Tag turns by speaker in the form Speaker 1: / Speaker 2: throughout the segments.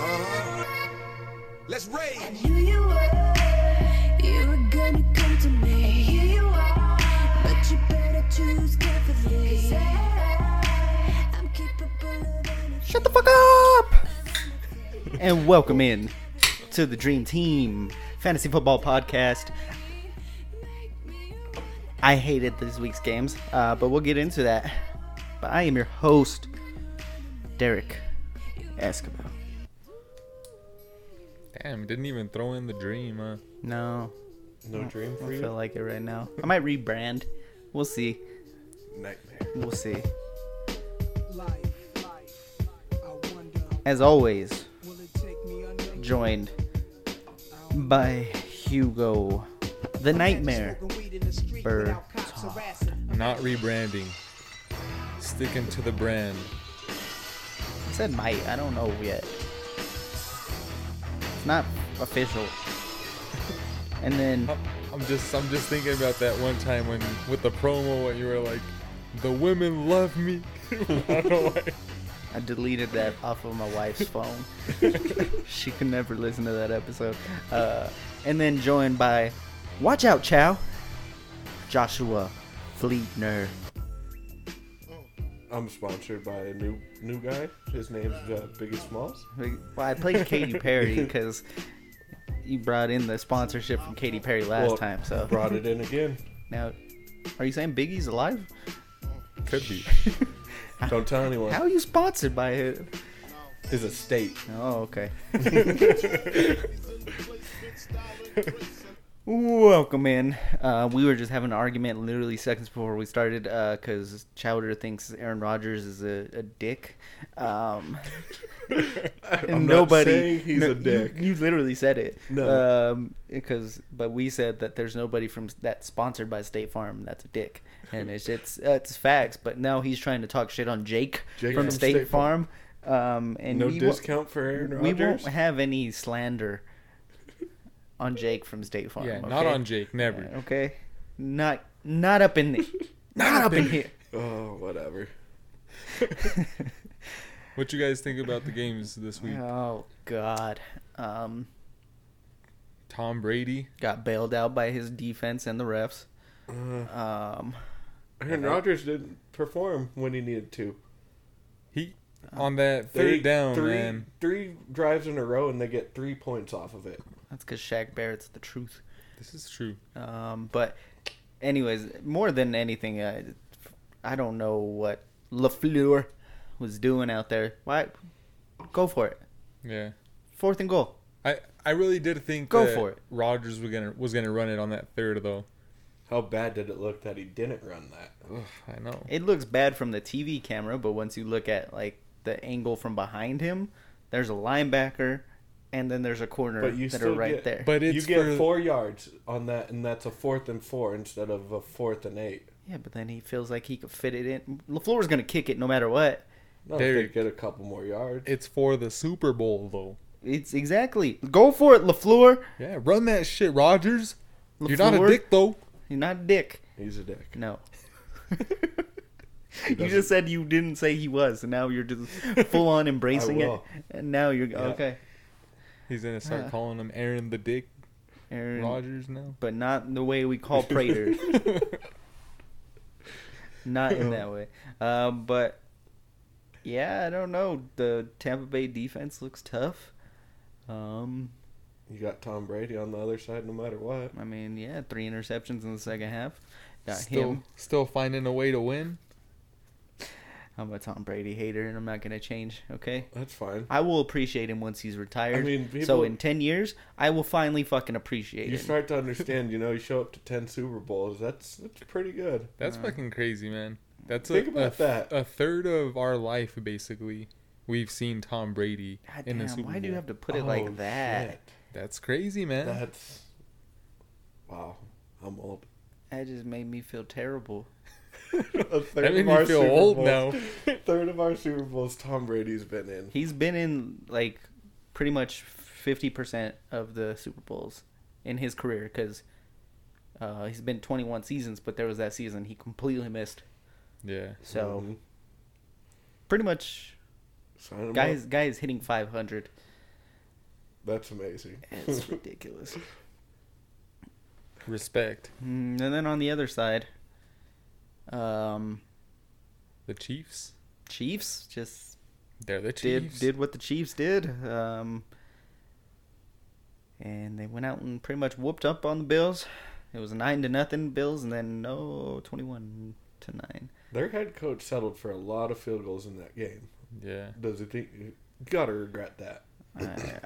Speaker 1: Uh-huh. Let's rage.
Speaker 2: And here you were, you were gonna come to me. And here you are, but you better choose carefully. 'Cause I, I'm capable of anything.
Speaker 3: Shut the fuck up! and welcome in to the Dream Team Fantasy Football Podcast. I hated this week's games, uh, but we'll get into that. But I am your host, Derek Escobar.
Speaker 4: Damn, didn't even throw in the dream, huh?
Speaker 3: No,
Speaker 5: No dream
Speaker 3: I
Speaker 5: for
Speaker 3: don't
Speaker 5: you?
Speaker 3: feel like it right now. I might rebrand. We'll see.
Speaker 5: Nightmare.
Speaker 3: We'll see.
Speaker 6: Life, life. I wonder,
Speaker 3: As always,
Speaker 6: will it take me another
Speaker 3: joined by Hugo, the Nightmare.
Speaker 6: smoking weed in the street
Speaker 3: Burr
Speaker 6: without cops harassing?
Speaker 4: Not rebranding. Sticking to the brand.
Speaker 3: I said might. I don't know yet. It's not official. And then
Speaker 4: I'm I'm just, I'm just thinking about that one time when with the promo when you were like, "The women love me." I don't know why.
Speaker 3: I deleted that off of my wife's phone. she could never listen to that episode. Uh, and then joined by Watch Out Chow, Joshua Fleetner.
Speaker 5: I'm sponsored by a new new guy. His name's uh, Biggest Smalls.
Speaker 3: Well, I played Katy Perry because you brought in the sponsorship from Katy Perry last
Speaker 5: Well,
Speaker 3: time. So
Speaker 5: Brought it in again.
Speaker 3: now, are you saying Biggie's alive?
Speaker 4: Could be.
Speaker 5: Don't tell anyone.
Speaker 3: How are you sponsored by it?
Speaker 5: His estate.
Speaker 3: Oh, okay. Welcome in. Uh, we were just having an argument literally seconds before we started because Chowder thinks Aaron Rodgers is a, a dick. Um, and
Speaker 5: I'm not
Speaker 3: nobody.
Speaker 5: saying he's
Speaker 3: no,
Speaker 5: a dick.
Speaker 3: You, you literally said it.
Speaker 5: No.
Speaker 3: Um, because but we said that there's nobody from that's sponsored by State Farm that's a dick, and it's it's uh, it's facts. But now he's trying to talk shit on Jake,
Speaker 5: Jake
Speaker 3: from,
Speaker 5: from
Speaker 3: State,
Speaker 5: State Farm.
Speaker 3: Farm. Um, and
Speaker 5: No
Speaker 3: we wa-
Speaker 5: discount for Aaron
Speaker 3: we
Speaker 5: Rodgers.
Speaker 3: won't have any slander on Jake from State Farm.
Speaker 4: Yeah, not
Speaker 3: okay?
Speaker 4: on Jake. Never.
Speaker 3: Okay, not not up in the, not up in here.
Speaker 5: Oh, whatever.
Speaker 4: What you guys think about the games this week?
Speaker 3: Oh God, um,
Speaker 4: Tom Brady.
Speaker 3: got bailed out by his defense and the refs. Um,
Speaker 5: Aaron Rodgers didn't perform when he needed to.
Speaker 4: He
Speaker 3: Uh,
Speaker 4: on that
Speaker 5: They-
Speaker 4: third down,
Speaker 5: three,
Speaker 4: man.
Speaker 5: Three drives in a row, and they get three points off of it.
Speaker 3: that's because Shaq Barrett's the truth.
Speaker 4: This is true.
Speaker 3: Um, but anyways, more than anything, I, I don't know what Lafleur was doing out there. Why? Go for it.
Speaker 4: Yeah.
Speaker 3: Fourth and goal.
Speaker 4: I, I really did think
Speaker 3: Go
Speaker 4: that
Speaker 3: for it.
Speaker 4: Rodgers was gonna was gonna run it on that third though.
Speaker 5: How bad did it look that he didn't run that?
Speaker 4: Ugh, I know.
Speaker 3: It looks bad from the TV camera, but once you look at like the angle from behind him, there's a linebacker, and then there's a corner
Speaker 5: But you
Speaker 3: that are
Speaker 5: still
Speaker 3: right
Speaker 5: get-
Speaker 3: there.
Speaker 4: But
Speaker 5: you
Speaker 4: it's
Speaker 5: get
Speaker 4: for,
Speaker 5: four yards on that, and that's a fourth and four instead of a fourth and eight.
Speaker 3: yeah, but then he feels like he could fit it in. Lafleur's gonna kick it no matter what.
Speaker 5: Not if
Speaker 4: Derek.
Speaker 5: they get a couple more yards.
Speaker 4: It's for the Super Bowl though.
Speaker 3: It's exactly go for it, Lafleur.
Speaker 4: Yeah, run that shit, Rogers. You're not a
Speaker 3: LaFleur.
Speaker 4: dick though.
Speaker 3: You're not a dick.
Speaker 5: He's a dick.
Speaker 3: No. you just said you didn't say he was, and now you're just full on embracing it.
Speaker 5: will.
Speaker 3: And now you're okay,
Speaker 4: He's gonna start
Speaker 3: Yeah.
Speaker 4: calling him Aaron the Dick
Speaker 3: Aaron,
Speaker 4: Rogers now.
Speaker 3: but not the way we call Prater. not in that way. Um, but yeah, I don't know. The Tampa Bay defense looks tough. Um,
Speaker 5: You got Tom Brady on the other side no matter what.
Speaker 3: I mean, yeah, three interceptions in the second half. Got
Speaker 4: still,
Speaker 3: him.
Speaker 4: still finding a way to win.
Speaker 3: I'm a Tom Brady hater, and I'm not gonna change. Okay.
Speaker 5: That's fine.
Speaker 3: I will appreciate him once he's retired.
Speaker 5: I mean,
Speaker 3: so
Speaker 5: people-
Speaker 3: in ten years, I will finally fucking appreciate
Speaker 5: You
Speaker 3: him.
Speaker 5: start to understand, you know, you show up to 10 Super Bowls. That's that's pretty good.
Speaker 4: That's fucking crazy, man. That's
Speaker 5: Think
Speaker 4: a,
Speaker 5: about
Speaker 4: a,
Speaker 5: that.
Speaker 4: a third of our life basically. We've seen Tom Brady
Speaker 3: God
Speaker 4: in
Speaker 3: damn,
Speaker 4: the Super
Speaker 3: why
Speaker 4: Bowl.
Speaker 3: do you have to put it
Speaker 5: Oh,
Speaker 3: like that?
Speaker 5: shit.
Speaker 4: That's crazy, man.
Speaker 5: That's wow. I'm old.
Speaker 3: That just made me feel terrible.
Speaker 5: A third
Speaker 4: that made me feel old
Speaker 5: Bowls,
Speaker 4: now.
Speaker 5: Third of our Super Bowls Tom Brady's been in.
Speaker 3: He's been in like pretty much fifty percent of the Super Bowls in his career because uh, he's been twenty one seasons, but there was that season he completely missed.
Speaker 4: Yeah.
Speaker 3: So
Speaker 5: Mhm.
Speaker 3: pretty much,
Speaker 5: Sign him
Speaker 3: guys,
Speaker 5: up.
Speaker 3: guys hitting five hundred.
Speaker 5: That's amazing.
Speaker 3: It's ridiculous.
Speaker 4: Respect
Speaker 3: Mm, And then on the other side, um,
Speaker 4: the Chiefs.
Speaker 3: Chiefs just
Speaker 4: They're the
Speaker 3: did
Speaker 4: Chiefs.
Speaker 3: did what the Chiefs did, um, and they went out and pretty much whooped up on the Bills. It was nine to nothing Bills, and then no twenty one to nine.
Speaker 5: Their head coach settled for a lot of field goals in that game.
Speaker 4: Yeah.
Speaker 5: Does he think? Gotta regret that.
Speaker 3: I,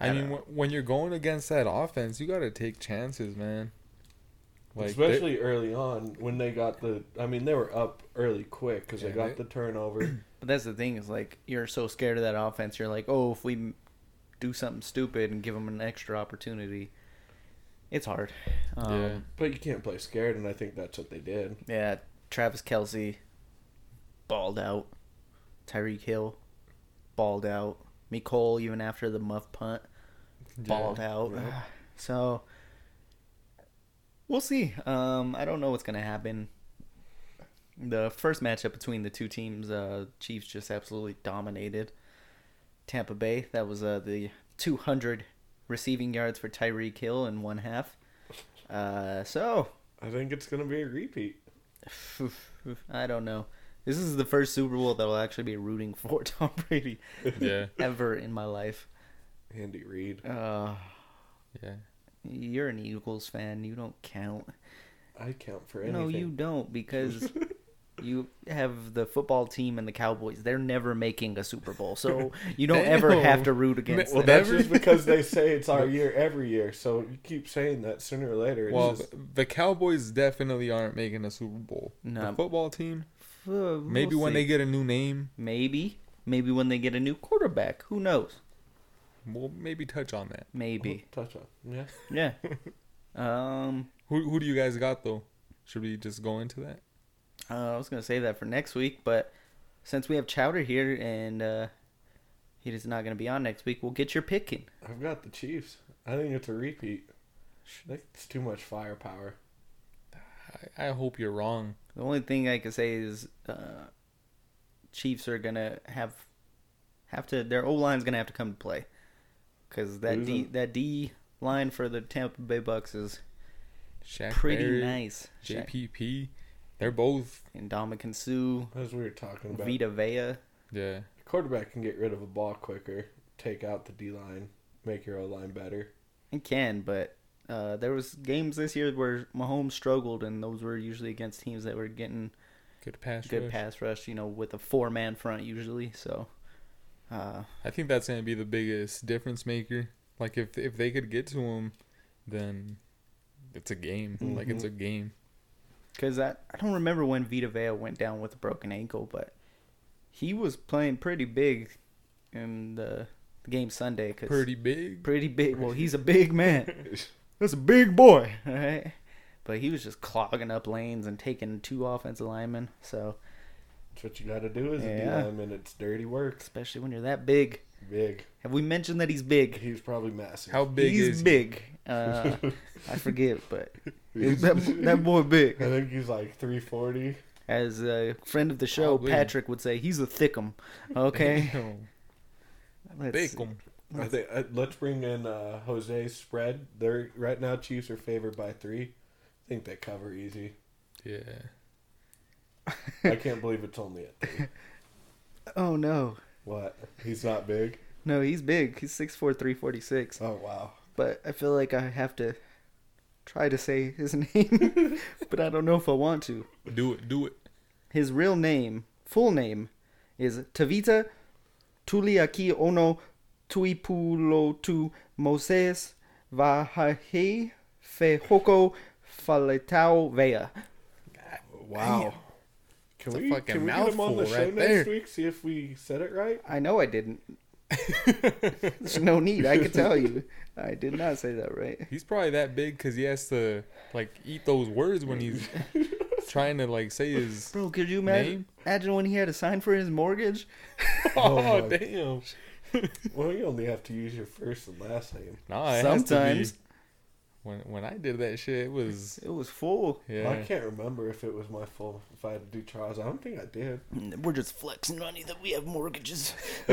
Speaker 4: I, mean,
Speaker 3: don't know.
Speaker 4: wh- when you're going against that offense, you got to take chances, man. Like, they-
Speaker 5: Especially early on when they got the. I mean, they were up early quick because
Speaker 4: Yeah,
Speaker 5: they got
Speaker 4: they-
Speaker 5: the turnover.
Speaker 3: but that's the thing is like you're so scared of that offense. You're like, oh, if we m- do something stupid and give them an extra opportunity, it's hard. Um,
Speaker 4: yeah,
Speaker 5: but you can't play scared, and I think that's what they did.
Speaker 3: Yeah, Travis Kelsey balled out. Tyreek Hill balled out. Nicole, even after the muff punt, balled out.
Speaker 5: Yep.
Speaker 3: So we'll see. Um, I don't know what's gonna happen. The first matchup between the two teams, uh, Chiefs just absolutely dominated Tampa Bay. That was uh, the 200 receiving yards for Tyreek Hill in one half. Uh, so
Speaker 5: I think it's gonna be a repeat.
Speaker 3: I don't know. This is the first Super Bowl that I'll actually be rooting for Tom Brady
Speaker 4: yeah,
Speaker 3: ever in my life.
Speaker 5: Andy Reid.
Speaker 3: Uh,
Speaker 4: yeah.
Speaker 3: you're an Eagles fan. You don't count.
Speaker 5: I count for anything.
Speaker 3: No, you don't because you have the football team and the Cowboys. They're never making a Super Bowl, so you don't ever have to root against
Speaker 4: Well,
Speaker 3: them.
Speaker 5: That's
Speaker 4: Every-
Speaker 5: just because they say it's our year every year. So you keep saying that sooner or later. It's
Speaker 4: Well,
Speaker 5: just-
Speaker 4: th- the Cowboys definitely aren't making a Super Bowl.
Speaker 3: No.
Speaker 4: The football team,
Speaker 3: Uh,
Speaker 4: maybe
Speaker 3: we'll
Speaker 4: when
Speaker 3: see.
Speaker 4: they get a new name,
Speaker 3: maybe maybe when they get a new quarterback, who knows?
Speaker 4: we'll maybe touch on that.
Speaker 3: Maybe,
Speaker 5: touch on. Yeah.
Speaker 3: yeah. Um,
Speaker 4: Who who do you guys got though? Should we just go into that?
Speaker 3: Uh, I was gonna say that for next week, but since we have Chowder here and uh, he is not gonna be on next week, we'll get your picking.
Speaker 5: I've got the Chiefs. I think it's a repeat. I think it's too much firepower.
Speaker 4: I, I hope you're wrong.
Speaker 3: The only thing I could say is uh, Chiefs are gonna have have to their O line's gonna have to come to play because that D
Speaker 5: Losing.
Speaker 3: that D line for the Tampa Bay Bucks is
Speaker 4: Shaq
Speaker 3: pretty
Speaker 4: Barrett,
Speaker 3: nice.
Speaker 4: JPP, they're both
Speaker 3: and Dominican Sue,
Speaker 5: As we were talking about,
Speaker 3: Vita Vea.
Speaker 4: yeah.
Speaker 5: the quarterback can get rid of a ball quicker, take out the D line, make your O line better.
Speaker 3: It can, but uh, there was games this year where Mahomes struggled, and those were usually against teams that were getting
Speaker 4: Good pass.
Speaker 3: good
Speaker 4: rush.
Speaker 3: pass rush, you know, with a four man front usually. So, uh,
Speaker 4: I think that's gonna be the biggest difference maker. Like if if they could get to him, then it's a game. Like it's a
Speaker 3: Mm-hmm.
Speaker 4: game.
Speaker 3: cause I, I don't remember when Vita Vea went down with a broken ankle, but he was playing pretty big in the, the game Sunday. Cause
Speaker 4: Pretty big.
Speaker 3: pretty big. Well, he's a big man. That's a big boy, all right? But he was just clogging up lanes and taking two offensive linemen. So,
Speaker 5: That's what you got to do as a D
Speaker 3: Yeah.
Speaker 5: lineman. It's dirty work.
Speaker 3: especially when you're that big.
Speaker 5: Big.
Speaker 3: Have we mentioned that he's big?
Speaker 5: He's probably massive.
Speaker 4: How big
Speaker 3: he's
Speaker 4: is he?
Speaker 3: big. Uh, I forget, but that, that boy big.
Speaker 5: I think he's like 340.
Speaker 3: As a friend of the show,
Speaker 4: Probably.
Speaker 3: Patrick would say, he's a thickum. Okay.
Speaker 4: Damn.
Speaker 3: Let's
Speaker 4: Big
Speaker 3: see.
Speaker 4: 'em.
Speaker 5: I think, uh, let's bring in uh, Jose's spread. They're right now. Chiefs are favored by three. I think they cover easy.
Speaker 4: Yeah.
Speaker 5: I can't believe it's only at three.
Speaker 3: Oh, no.
Speaker 5: What? He's not big.
Speaker 3: No, he's big. He's 6'4, 346.
Speaker 5: Oh wow.
Speaker 3: But I feel like I have to try to say his name, but I don't know if I want to.
Speaker 4: Do it. Do it.
Speaker 3: His real name, full name, is Tavita Tuliaki Ono Tuipulotu Moses Vahahe Fehoko Faletau Vea.
Speaker 5: Wow. Can
Speaker 4: It's a
Speaker 5: we
Speaker 4: fucking
Speaker 5: can we get him on the
Speaker 4: mouthful
Speaker 5: show
Speaker 4: right
Speaker 5: next
Speaker 4: there.
Speaker 5: week? See if we said it right.
Speaker 3: I know I didn't. There's no need. I could tell you. I did not say that right.
Speaker 4: He's probably that big because he has to like eat those words when he's trying to like say his.
Speaker 3: Bro, could you
Speaker 4: Name?
Speaker 3: imagine, imagine when he had to sign for his mortgage?
Speaker 4: Oh
Speaker 5: my-
Speaker 4: damn!
Speaker 5: Well, you only have to use your first and last name.
Speaker 4: Nah, it has to be.
Speaker 3: Sometimes.
Speaker 4: When when I did that shit, it was
Speaker 3: It was full.
Speaker 5: I
Speaker 4: yeah.
Speaker 5: can't remember if it was my fault if I had to do trials. I don't think I did.
Speaker 3: We're just flexing money that we have mortgages.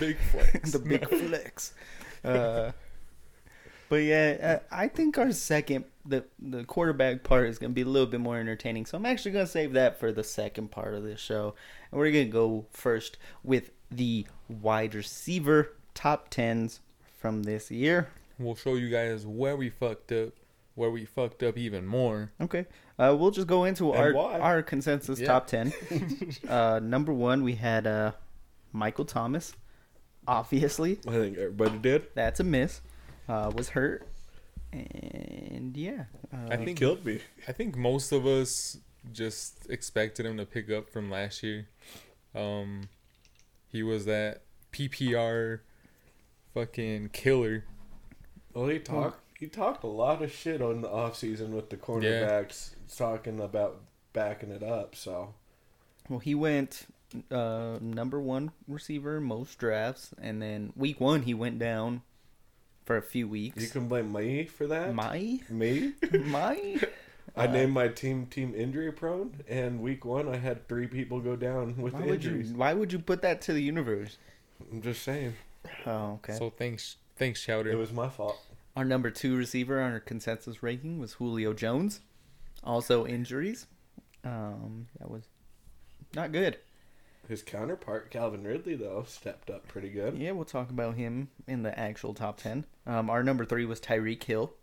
Speaker 4: Big flex.
Speaker 3: the big flex. Uh, but yeah, uh, I think our second the the quarterback part is gonna be a little bit more entertaining. So I'm actually gonna save that for the second part of this show, and we're gonna go first with the wide receiver top tens from this year.
Speaker 4: We'll show you guys where we fucked up, where we fucked up even more.
Speaker 3: Okay, uh, we'll just go into our
Speaker 5: why.
Speaker 3: our consensus
Speaker 4: Yeah.
Speaker 3: top ten. uh, number one, we had uh, Michael Thomas. Obviously,
Speaker 5: I think everybody did.
Speaker 3: that's a miss. Uh, was hurt, and yeah, uh,
Speaker 4: I think
Speaker 5: Killed me.
Speaker 4: I think most of us just expected him to pick up from last year. Um, he was that PPR fucking killer.
Speaker 5: Well, he talked.
Speaker 3: Hmm.
Speaker 5: He talked a lot of shit on the offseason with the cornerbacks, talking about backing it up. So
Speaker 3: well, he went uh, number one receiver most drafts, and then week one he went down for a few
Speaker 5: you
Speaker 3: weeks.
Speaker 5: can blame me for that.
Speaker 3: My Uh,
Speaker 5: me?
Speaker 3: my.
Speaker 5: I named my team team injury prone, and week one I had three people go down with
Speaker 3: Why would you?
Speaker 5: injuries.
Speaker 3: Why would you put that to the universe?
Speaker 5: I'm just saying,
Speaker 3: Oh, okay.
Speaker 4: So thanks, thanks,
Speaker 5: it
Speaker 4: Chowder.
Speaker 5: was my fault.
Speaker 3: Our number two receiver on our consensus ranking was Julio Jones. Also injuries. Um, that was not good.
Speaker 5: His counterpart Calvin Ridley though stepped up pretty good.
Speaker 3: Yeah, we'll talk about him in the actual top ten. Um, our number three was Tyreek Hill.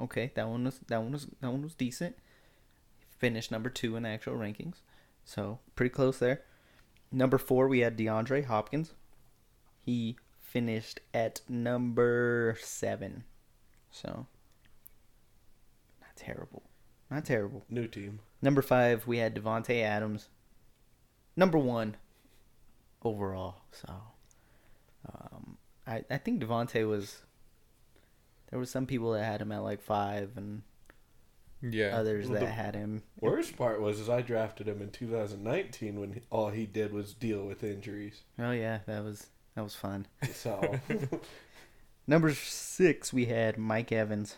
Speaker 3: Okay, that one was that one was that one was decent. Finished number two in the actual rankings, so pretty close there. Number four, we had DeAndre Hopkins. He finished at number seven, so not terrible, not terrible.
Speaker 5: New team.
Speaker 3: Number five, we had Devonte Adams. Number one overall. So, um, I I think Devonte was. There were some people that had him at like five, and
Speaker 4: Yeah,
Speaker 3: others that
Speaker 5: The-
Speaker 3: had him.
Speaker 5: Worst part was is I drafted him in 2019 when he, all he did was deal with injuries.
Speaker 3: Oh yeah, that was that was fun.
Speaker 5: So
Speaker 3: Number six, we had Mike Evans.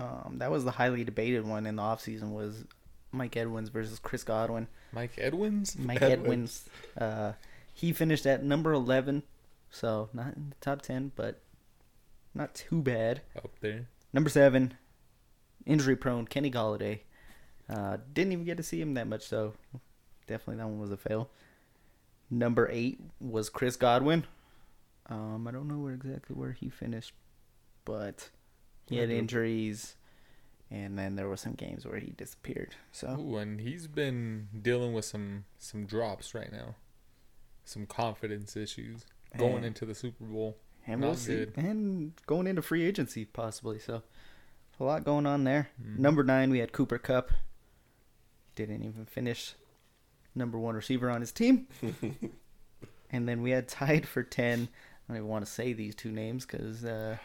Speaker 3: Um, that was the highly debated one in the offseason was Mike Edwins versus Chris Godwin.
Speaker 4: Mike Edwins.
Speaker 3: Mike Edwins. Uh, he finished at number 11, so not in the top 10, but not too bad.
Speaker 4: up there.
Speaker 3: Number 7, injury prone Kenny Galladay. Uh, didn't even get to see him that much, so definitely that one was a fail. Number 8 was Chris Godwin. Um, I don't know where exactly where he finished, but he had injuries, and then there were some games where he disappeared. So
Speaker 4: Ooh, and he's been dealing with some some drops right now, some confidence issues going
Speaker 3: Yeah.
Speaker 4: into the Super Bowl.
Speaker 3: And
Speaker 4: Not
Speaker 3: we'll see.
Speaker 4: good.
Speaker 3: And going into free agency possibly. So a lot going on there.
Speaker 4: Mm-hmm.
Speaker 3: Number nine, we had Cooper Cup. Didn't even finish number one receiver on his team. and then we had tied for ten. I don't even want to say these two names because uh,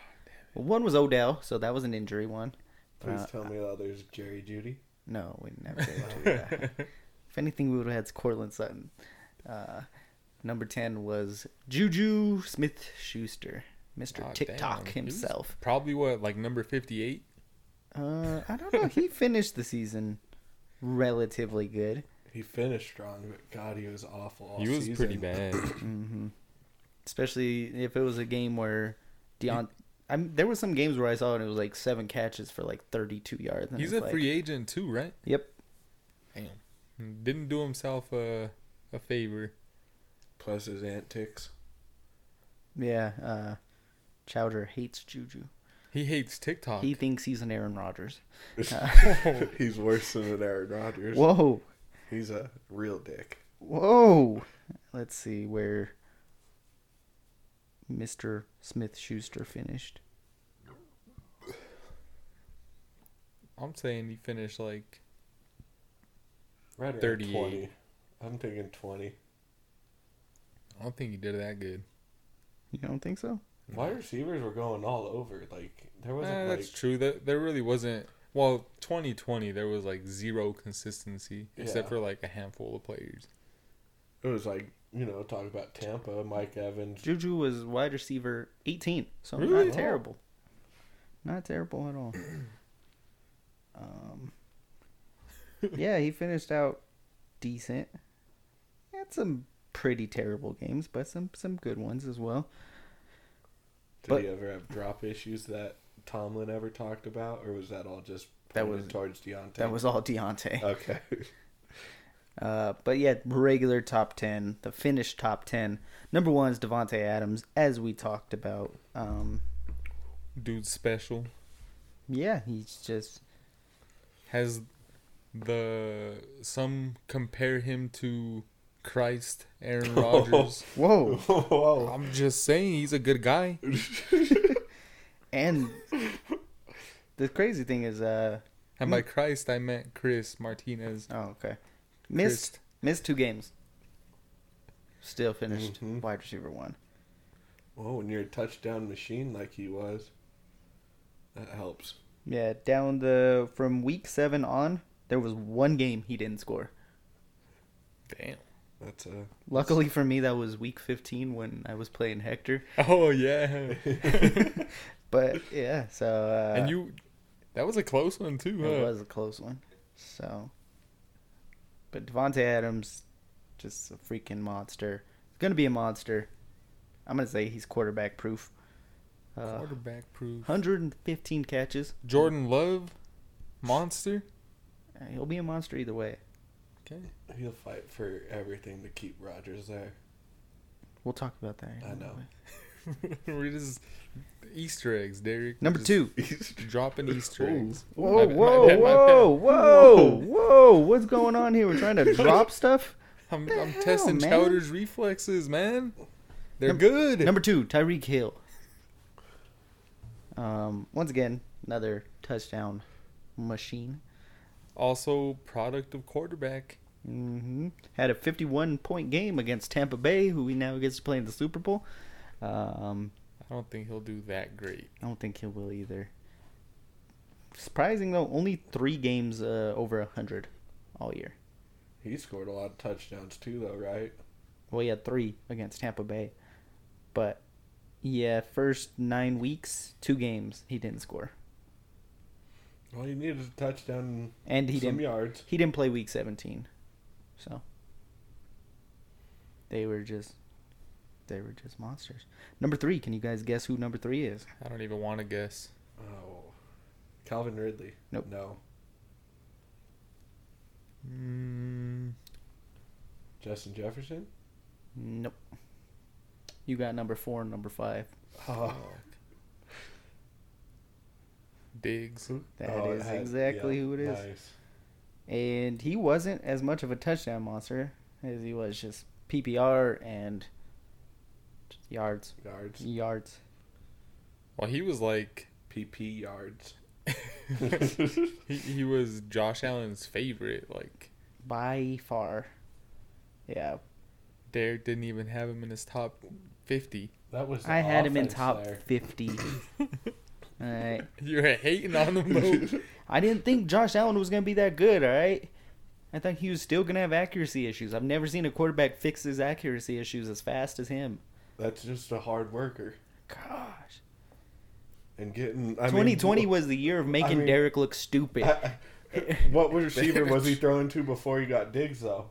Speaker 3: well, one was Odell, so that was an injury one.
Speaker 5: please
Speaker 3: Uh,
Speaker 5: tell me the there's Jerry Judy.
Speaker 3: No, we didn't have Taylor Twitter. if anything, we would have had Cortland Sutton. Uh, number 10 was Juju Smith Schuster, Mr.
Speaker 4: Ah,
Speaker 3: TikTok
Speaker 4: damn. He was
Speaker 3: himself.
Speaker 4: Probably what like number fifty eight.
Speaker 3: Uh, I don't know. He finished the season relatively good.
Speaker 5: He finished strong, but God, he was awful. All
Speaker 4: He was
Speaker 5: season.
Speaker 4: pretty bad.
Speaker 3: especially if it was a game where Deon. I mean, there were some games where I saw it and it was like seven catches for like 32 yards. And
Speaker 4: He's a
Speaker 3: it's like,
Speaker 4: free agent too, right?
Speaker 3: Yep.
Speaker 4: Damn. Didn't do himself a a favor.
Speaker 5: Plus his antics.
Speaker 3: Yeah. Uh, Chowder hates Juju.
Speaker 4: He hates TikTok.
Speaker 3: He thinks he's an Aaron Rodgers. Uh,
Speaker 5: He's worse than an Aaron Rodgers.
Speaker 3: Whoa.
Speaker 5: He's a real dick.
Speaker 3: Whoa. Let's see where Mr. Smith Schuster finished.
Speaker 4: I'm saying he finished like
Speaker 5: Right around
Speaker 4: 38.
Speaker 5: 20. I'm thinking 20.
Speaker 4: I don't think he did that good.
Speaker 3: You don't think so?
Speaker 5: Wide receivers were going all over. Like there
Speaker 4: Eh,
Speaker 5: wasn't like
Speaker 4: that's true. That there really wasn't. Well, 2020 there was like zero consistency except
Speaker 5: Yeah.
Speaker 4: for like a handful of players.
Speaker 5: it was like you know talk about Tampa, Mike Evans.
Speaker 3: Juju was wide receiver 18, so
Speaker 4: Really?
Speaker 3: not terrible. Not terrible at all. Um, yeah, he finished out decent. Had some pretty terrible games, but some some good ones as well.
Speaker 5: Did
Speaker 3: But-
Speaker 5: he ever have drop issues that Tomlin ever talked about, or was that all just
Speaker 3: That
Speaker 5: pointed
Speaker 3: was-
Speaker 5: towards Deontay?
Speaker 3: That was all Deontay.
Speaker 5: okay.
Speaker 3: Uh, but yeah, regular top 10, the finished top 10. Number one is Devonte Adams, as we talked about. Um,
Speaker 4: Dude special.
Speaker 3: yeah, he's just.
Speaker 4: Has the some compare him to Christ, Aaron Rodgers.
Speaker 3: Whoa!
Speaker 5: Whoa.
Speaker 4: I'm just saying he's a good guy.
Speaker 3: And the crazy thing is, uh,
Speaker 4: And by Christ I meant Chris Martinez.
Speaker 3: oh, okay. Missed, missed two games. Still finished
Speaker 4: Mm-hmm.
Speaker 5: Mhm.
Speaker 3: wide receiver one.
Speaker 5: Well, when you're a touchdown machine like he was, that helps.
Speaker 3: Yeah, down the. From week seven on, there was one game he didn't score.
Speaker 4: Damn.
Speaker 5: That's a
Speaker 3: Luckily for me, that was week 15 when I was playing Hector.
Speaker 4: Oh yeah.
Speaker 3: But yeah, so. Uh,
Speaker 4: and you uh, that was a close one too, huh?
Speaker 3: It was a close one. So, but Devonte Adams, just a freaking monster. He's gonna be a monster. I'm gonna say he's quarterback proof. Uh,
Speaker 4: Quarterback proof.
Speaker 3: 115 catches.
Speaker 4: Jordan Love, monster.
Speaker 3: Uh, He'll be a monster either way.
Speaker 4: Okay.
Speaker 5: he'll fight for everything to keep Rogers there.
Speaker 3: We'll talk about that.
Speaker 5: I know.
Speaker 4: We're just Easter eggs, Derek.
Speaker 3: Number
Speaker 4: Just
Speaker 3: two.
Speaker 4: Dropping Easter eggs.
Speaker 3: Whoa,
Speaker 4: My- my
Speaker 3: whoa,
Speaker 4: bad, my
Speaker 3: whoa, whoa, whoa! What's going on here? We're trying to drop stuff.
Speaker 4: I'm,
Speaker 3: the
Speaker 4: I'm
Speaker 3: hell,
Speaker 4: testing
Speaker 3: man?
Speaker 4: Chowder's reflexes, man. They're
Speaker 3: Num-
Speaker 4: good.
Speaker 3: Number two, Tyreek Hill. Um, once again, another touchdown machine.
Speaker 4: also, product of quarterback.
Speaker 3: hmm Had a 51 point game against Tampa Bay, who he now gets to play in the Super Bowl. Um,
Speaker 4: I don't think he'll do that great.
Speaker 3: I don't think he will either. Surprising though, only three games uh, over 100 all year.
Speaker 5: He scored a lot of touchdowns too, though, right?
Speaker 3: Well, he had three against Tampa Bay. But yeah, first nine weeks, two games, he didn't score.
Speaker 5: All you needed is a touchdown,
Speaker 3: And he
Speaker 5: some
Speaker 3: didn't
Speaker 5: yards.
Speaker 3: he didn't play week 17 so they were just they were just monsters number three can you guys guess who number three is
Speaker 4: I don't even want to guess.
Speaker 5: Oh, Calvin Ridley.
Speaker 3: Nope.
Speaker 5: No,
Speaker 4: Mm,
Speaker 5: Justin Jefferson.
Speaker 3: nope you got number four and number five
Speaker 5: Oh,
Speaker 4: Diggs.
Speaker 3: That is
Speaker 5: Oh, it had-
Speaker 3: exactly
Speaker 5: yeah,
Speaker 3: who it is
Speaker 5: Nice.
Speaker 3: and he wasn't as much of a touchdown monster as he was just ppr and just yards
Speaker 5: Yards.
Speaker 3: yards
Speaker 4: Well, he was like
Speaker 5: PP yards.
Speaker 4: he, he was Josh Allen's favorite. Like
Speaker 3: by far yeah
Speaker 4: Derek didn't even have him in his top fifty.
Speaker 5: That was. the
Speaker 3: i had him in
Speaker 5: offense
Speaker 3: top
Speaker 5: there.
Speaker 3: 50 all right
Speaker 4: You're hating on him though.
Speaker 3: I didn't think Josh Allen was going to be that good, all right? I thought he was still going to have accuracy issues. I've never seen a quarterback fix his accuracy issues as fast as him.
Speaker 5: That's just a hard worker.
Speaker 3: Gosh.
Speaker 5: And getting I mean,
Speaker 3: 2020 was the year of making
Speaker 5: mean-
Speaker 3: Derek look stupid.
Speaker 5: what receiver was he throwing to before he got Diggs though?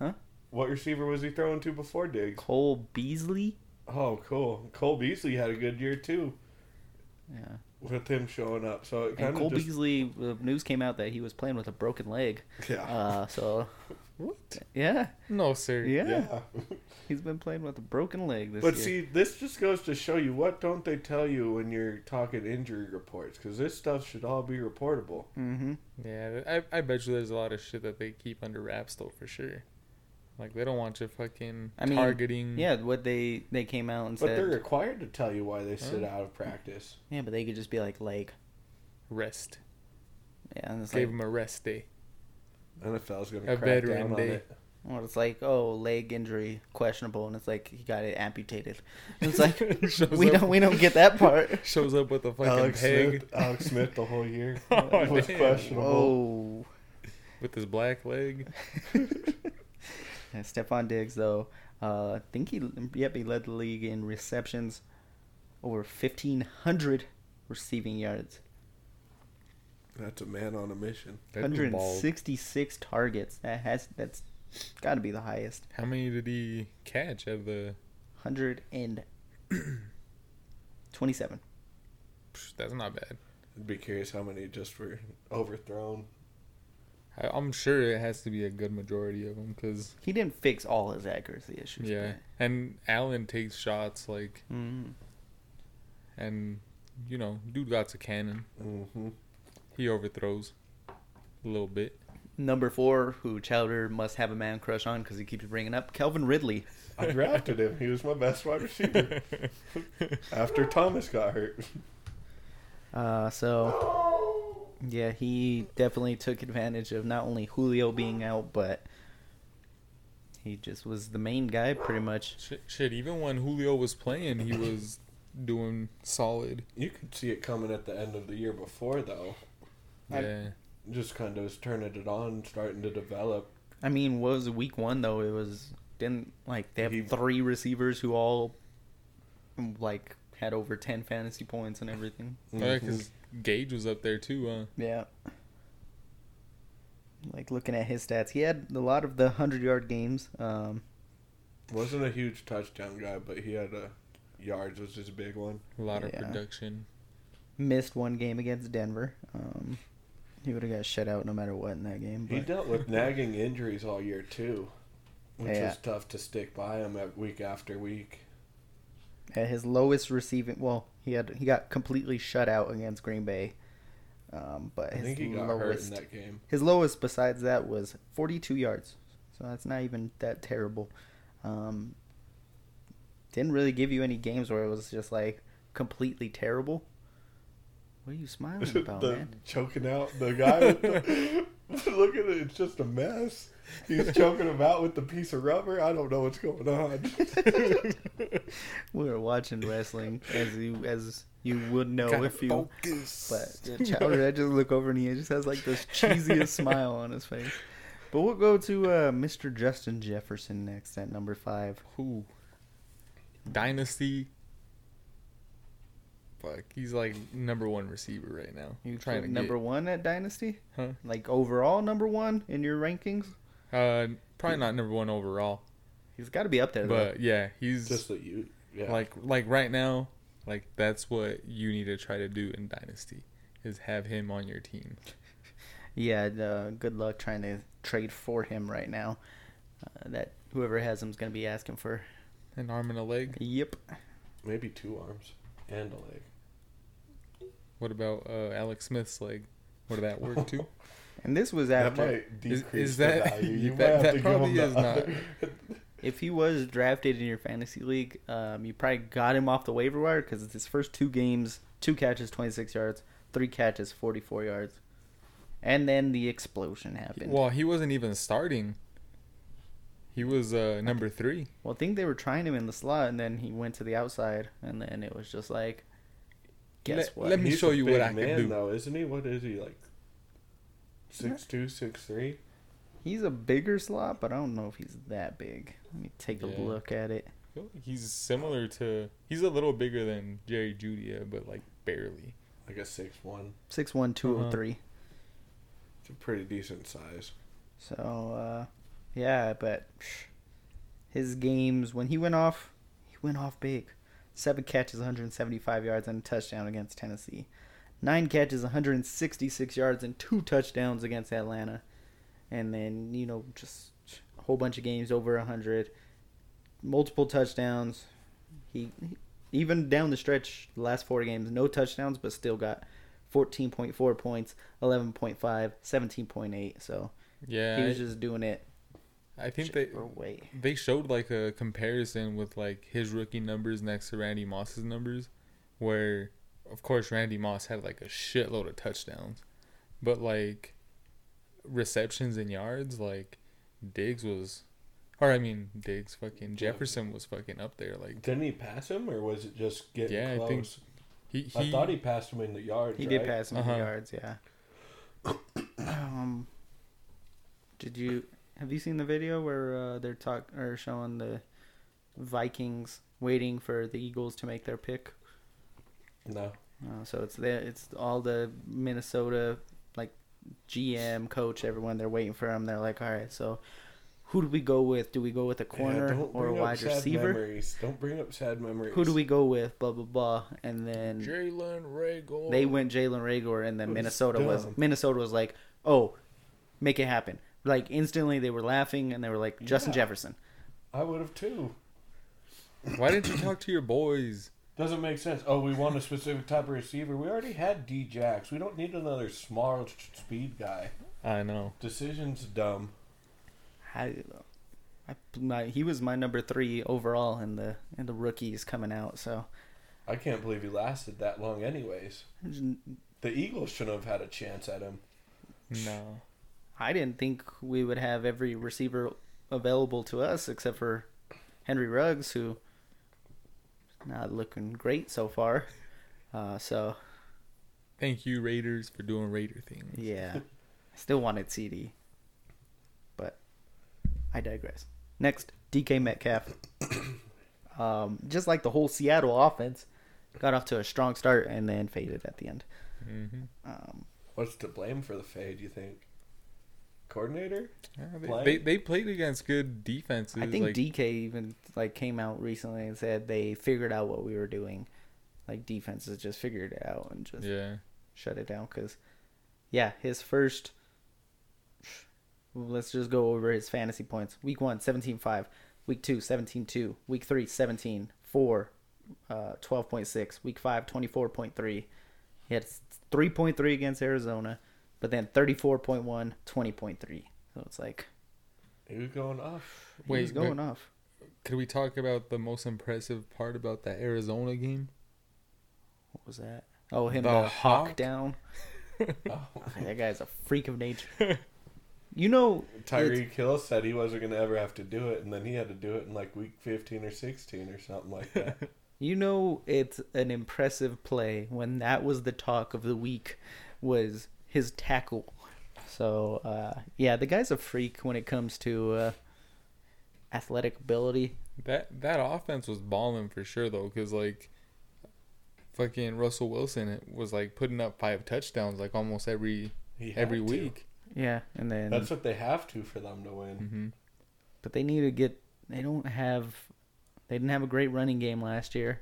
Speaker 3: Huh?
Speaker 5: What receiver was he throwing to before Diggs?
Speaker 3: Cole Beasley?
Speaker 5: Oh, cool. Cole Beasley had a good year too
Speaker 3: Yeah.
Speaker 5: with him showing up. So it
Speaker 3: And
Speaker 5: kind of
Speaker 3: Cole
Speaker 5: just
Speaker 3: Beasley, the news came out that he was playing with a broken leg.
Speaker 5: yeah.
Speaker 3: Uh, so,
Speaker 4: what?
Speaker 3: yeah.
Speaker 4: No, sir.
Speaker 3: Yeah.
Speaker 5: yeah.
Speaker 3: He's been playing with a broken leg this
Speaker 5: but
Speaker 3: year.
Speaker 5: see, this just goes to show you what don't they tell you when you're talking injury reports cuz this stuff should all be reportable.
Speaker 3: hmm
Speaker 4: Yeah, I, I bet you there's a lot of shit that they keep under wraps though for sure. Like they don't want you fucking
Speaker 3: I mean,
Speaker 4: targeting.
Speaker 3: Yeah, what they, they came out and
Speaker 5: But they're
Speaker 3: said.
Speaker 5: required to tell you why they sit out of practice.
Speaker 3: Yeah, but they could just be like, leg.
Speaker 4: Rest.
Speaker 3: Yeah, and it's like,
Speaker 4: Gave him a rest day.
Speaker 5: NFL's going
Speaker 4: A
Speaker 5: to crack
Speaker 4: veteran
Speaker 5: down on
Speaker 4: day.
Speaker 5: it.
Speaker 3: Well, it's like, oh, leg injury, questionable, and it's like he got it amputated. And it's like
Speaker 4: Shows
Speaker 3: we
Speaker 4: up-
Speaker 3: don't we don't get that part.
Speaker 4: Shows up with a fucking
Speaker 5: Alex
Speaker 4: peg
Speaker 5: Smith, Alex Smith the whole year
Speaker 4: Oh,
Speaker 5: was
Speaker 4: damn.
Speaker 5: questionable.
Speaker 3: Oh,
Speaker 4: with his black leg.
Speaker 3: yeah, Stephon Diggs though, uh, I think he yep he led the league in receptions, over fifteen hundred receiving yards.
Speaker 5: That's a man on a mission.
Speaker 4: That dude balled.
Speaker 3: 166 targets. That has that's got to be the highest.
Speaker 4: How many did he catch out of the?
Speaker 3: 127.
Speaker 4: psh, That's not bad.
Speaker 5: I'd be curious how many just were overthrown.
Speaker 4: I, I'm sure it has to be a good majority of them because
Speaker 3: He didn't fix all his accuracy issues.
Speaker 4: yeah. And Allen takes shots like
Speaker 3: Mm.
Speaker 4: and you know dude got a cannon.
Speaker 5: Mm-hmm.
Speaker 4: He overthrows a little bit.
Speaker 3: Number four, who Chowder must have a man crush on because he keeps bringing up Kelvin Ridley.
Speaker 5: I drafted him. He was my best wide receiver after Thomas got hurt.
Speaker 3: Uh, so, yeah, he definitely took advantage of not only Julio being out, but he just was the main guy pretty much.
Speaker 4: shit, shit, even when Julio was playing, he was doing solid.
Speaker 5: You could see it coming at the end of the year before, though.
Speaker 3: I- Mm-hmm.
Speaker 4: Yeah,
Speaker 5: Just kind of was turning it on, starting to develop.
Speaker 3: I mean, what was it, week one though? It was didn't like they have
Speaker 5: He-
Speaker 3: three receivers who all like had over ten fantasy points and everything.
Speaker 4: because Oh, Gage was up there too. Huh?
Speaker 3: Yeah. Like looking at his stats, he had a lot of the hundred yard games. Um,
Speaker 5: Wasn't a huge touchdown guy, but he had a yards was his big one.
Speaker 4: A lot of
Speaker 3: Yeah.
Speaker 4: production.
Speaker 3: missed one game against Denver. Um, he would have got shut out no matter what in that game.
Speaker 5: He
Speaker 3: But
Speaker 5: dealt with nagging injuries all year too, which
Speaker 3: Yeah.
Speaker 5: is tough to stick by him at week after week.
Speaker 3: at his lowest receiving, well, he had he got completely shut out against Green Bay. Um, but
Speaker 5: I
Speaker 3: his
Speaker 5: think he got hurt in
Speaker 3: lowest
Speaker 5: that game.
Speaker 3: His lowest besides that was 42 yards. So that's not even that terrible. Um, didn't really give you any games where it was just like completely terrible. What are you smiling about,
Speaker 5: the,
Speaker 3: man?
Speaker 5: choking out the guy. with the- look at it; it's just a mess. He's choking him out with the piece of rubber. I don't know what's going on.
Speaker 3: We were watching wrestling as you as you would know if you but the Chowder, I just look over and he just has like this cheesiest smile on his face. But we'll go to uh, Mr. Justin Jefferson next at number five.
Speaker 4: Who? Dynasty. Fuck, he's like number one receiver right now.
Speaker 3: You
Speaker 4: trying to
Speaker 3: number
Speaker 4: number
Speaker 3: one at Dynasty?
Speaker 4: Huh?
Speaker 3: Like overall number one in your rankings?
Speaker 4: uh probably not number one overall,
Speaker 3: He's got to be up there. though.
Speaker 4: but yeah, he's
Speaker 5: Just that you, yeah.
Speaker 4: like like right now, like that's what you need to try to do in dynasty is have him on your team.
Speaker 3: yeah, uh, good luck trying to trade for him right now. Uh, that whoever has him is going to be asking for.
Speaker 4: An arm and a leg.
Speaker 3: Yep.
Speaker 5: maybe two arms and a leg.
Speaker 4: What about uh Alex Smith's leg? Would that work too?
Speaker 3: And this was
Speaker 5: That
Speaker 3: after
Speaker 5: might
Speaker 4: Is-
Speaker 5: decrease
Speaker 4: is
Speaker 5: the
Speaker 4: that-
Speaker 5: value. You
Speaker 4: that-
Speaker 5: might
Speaker 4: that
Speaker 5: have to give
Speaker 4: probably
Speaker 5: him the
Speaker 4: is not-
Speaker 5: other-
Speaker 3: if he was drafted in your fantasy league, um, you probably got him off the waiver wire because it's his first two games: two catches, twenty-six yards; three catches, forty-four yards. And then the explosion happened. Well,
Speaker 4: well, he wasn't even starting. He was uh number three.
Speaker 3: I think they were trying him in the slot, and then he went to the outside, and then it was just like, guess
Speaker 4: Let-
Speaker 3: what?
Speaker 4: let me
Speaker 5: He's
Speaker 4: show
Speaker 5: a
Speaker 4: you what
Speaker 5: big
Speaker 4: I can
Speaker 5: man,
Speaker 4: do.
Speaker 5: Though isn't he? What is he like? Six two, six three.
Speaker 3: He's a bigger slot, but I don't know if he's that big. Let me take a
Speaker 4: Yeah.
Speaker 3: look at it.
Speaker 4: I feel like he's similar to he's a little bigger than Jerry Judia, but like barely.
Speaker 5: Like a six one.
Speaker 3: Six one two oh three.
Speaker 5: It's a pretty decent size.
Speaker 3: So uh, yeah, but psh, his games when he went off, he went off big. Seven catches, 175 yards, and a touchdown against Tennessee. Nine catches, 166 yards, and two touchdowns against Atlanta. And then you know just a whole bunch of games over 100, multiple touchdowns. He, he even down the stretch, the last four games, no touchdowns, but still got 14.4 points, 11.5, 17.8. So
Speaker 4: Yeah,
Speaker 3: he
Speaker 4: I,
Speaker 3: was just doing it
Speaker 4: I think they
Speaker 3: shape or way.
Speaker 4: they showed like a comparison with like his rookie numbers next to Randy Moss's numbers, where of course Randy Moss had like a shitload of touchdowns, but like receptions and yards, like Diggs was, or I mean Diggs fucking Jefferson was fucking up there. Like
Speaker 5: Didn't he pass him, or was it just getting
Speaker 4: Yeah, I
Speaker 5: close? I,
Speaker 4: think he, he
Speaker 5: thought he passed him in the yards.
Speaker 3: He did
Speaker 5: right?
Speaker 3: pass him
Speaker 4: Uh-huh.
Speaker 3: the yards, yeah. um, did you have you seen the video where uh, they're talk or showing the Vikings waiting for the Eagles to make their pick?
Speaker 5: No,
Speaker 3: Uh, so it's there. It's all the Minnesota like GM coach, everyone. They're waiting for him. They're like, all right, so who do we go with? Do we go with a corner or a wide
Speaker 5: sad
Speaker 3: receiver?
Speaker 5: memories. Don't bring up sad memories.
Speaker 3: Who do we go with? Blah blah blah. And then
Speaker 4: Jalen Rager.
Speaker 3: they went Jalen Rager, and then
Speaker 5: It was
Speaker 3: Minnesota was
Speaker 5: dumb.
Speaker 3: Minnesota was like, oh, make it happen. Like instantly, they were laughing and they were like, Justin
Speaker 5: Yeah.
Speaker 3: Jefferson.
Speaker 5: I would have too.
Speaker 4: Why didn't you talk to your boys?
Speaker 5: Doesn't make sense. Oh, we want a specific type of receiver. We already had D Jax. We don't need another small s- speed guy.
Speaker 4: I know.
Speaker 5: Decision's dumb.
Speaker 3: I, I, my, he was my number three overall in the in the rookies coming out. So
Speaker 5: I can't believe he lasted that long, anyways. The Eagles shouldn't have had a chance at him.
Speaker 4: No.
Speaker 3: I didn't think we would have every receiver available to us except for Henry Ruggs, who not looking great so far. Uh, so
Speaker 4: Thank you, Raiders, for doing Raider things.
Speaker 3: yeah, I still wanted CD, but I digress. Next, DK Metcalf. Um, just like the whole Seattle offense, got off to a strong start and then faded at the end.
Speaker 4: Mm-hmm.
Speaker 3: Um,
Speaker 5: What's to blame for the fade, you think? Coordinator?
Speaker 4: Yeah,
Speaker 5: Play?
Speaker 4: they, they they played against good defenses.
Speaker 3: I think
Speaker 4: like,
Speaker 3: DK even like came out recently and said they figured out what we were doing. Like defenses just figured it out and just
Speaker 4: Yeah.
Speaker 3: shut it down cuz yeah, his first let's just go over his fantasy points. Week 1 17.5, week 2 17.2, week 3 17, 4 uh 12.6, week 5 24.3. He had 3.3 against Arizona, but then 34.1, 20.3. So it's like
Speaker 5: He was going off.
Speaker 3: he
Speaker 4: Wait,
Speaker 3: was going
Speaker 4: but
Speaker 3: off.
Speaker 4: could we talk about the most impressive part about that Arizona game?
Speaker 3: What was that? Oh, him
Speaker 4: The
Speaker 3: the, hawk,
Speaker 4: hawk?
Speaker 3: down.
Speaker 5: Oh.
Speaker 3: That guy's a freak of nature. You know, it's-
Speaker 5: Tyreek Hill said he wasn't going to ever have to do it, and then he had to do it in like week 15 or 16 or something like that.
Speaker 3: you know, it's an impressive play when that was the talk of the week was his tackle. So uh, yeah, the guy's a freak when it comes to uh, athletic ability.
Speaker 4: That that offense was balling for sure though, because like, fucking Russell Wilson was like putting up five touchdowns like almost every
Speaker 5: He had
Speaker 4: every
Speaker 5: to.
Speaker 4: week.
Speaker 3: Yeah, and then
Speaker 5: That's what they have to for them to win.
Speaker 3: Mm-hmm.
Speaker 4: hmm
Speaker 3: but they need to get. They don't have. They didn't have a great running game last year.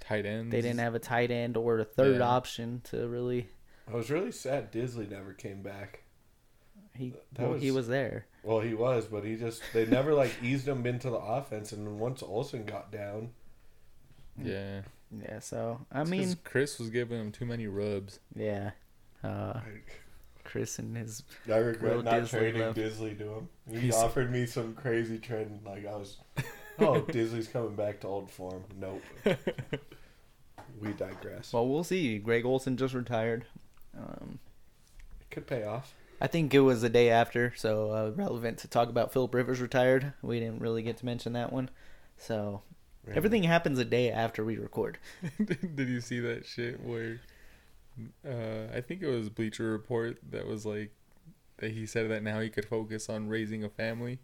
Speaker 4: Tight ends.
Speaker 3: They didn't have a tight end or a third
Speaker 4: Yeah.
Speaker 3: option to really.
Speaker 5: I was really sad Disley never came back.
Speaker 3: He
Speaker 5: That
Speaker 3: well, he
Speaker 5: was-
Speaker 3: was there.
Speaker 5: Well, he was, but he just they never like eased him into the offense. And then once Olsen got down,
Speaker 4: Yeah.
Speaker 3: Yeah, so I
Speaker 4: It's 'cause
Speaker 3: mean,
Speaker 4: Chris was giving him too many rubs.
Speaker 3: yeah, uh,
Speaker 5: I,
Speaker 3: Chris and his
Speaker 5: I regret
Speaker 3: Will
Speaker 5: not
Speaker 3: Disley
Speaker 5: trading
Speaker 3: left.
Speaker 5: Disley to him. He
Speaker 4: He's-
Speaker 5: offered me some crazy trade, and like I was, oh, Disley's coming back to old form. Nope. we digress.
Speaker 3: well, we'll see. Greg Olson just retired. Um,
Speaker 5: it could pay off.
Speaker 3: I think it was the day after, so uh, relevant to talk about Philip Rivers retired. We didn't really get to mention that one, so everything happens a day after we record.
Speaker 4: Did you see that shit where uh, I think it was Bleacher Report that was like that he said that now he could focus on raising a family.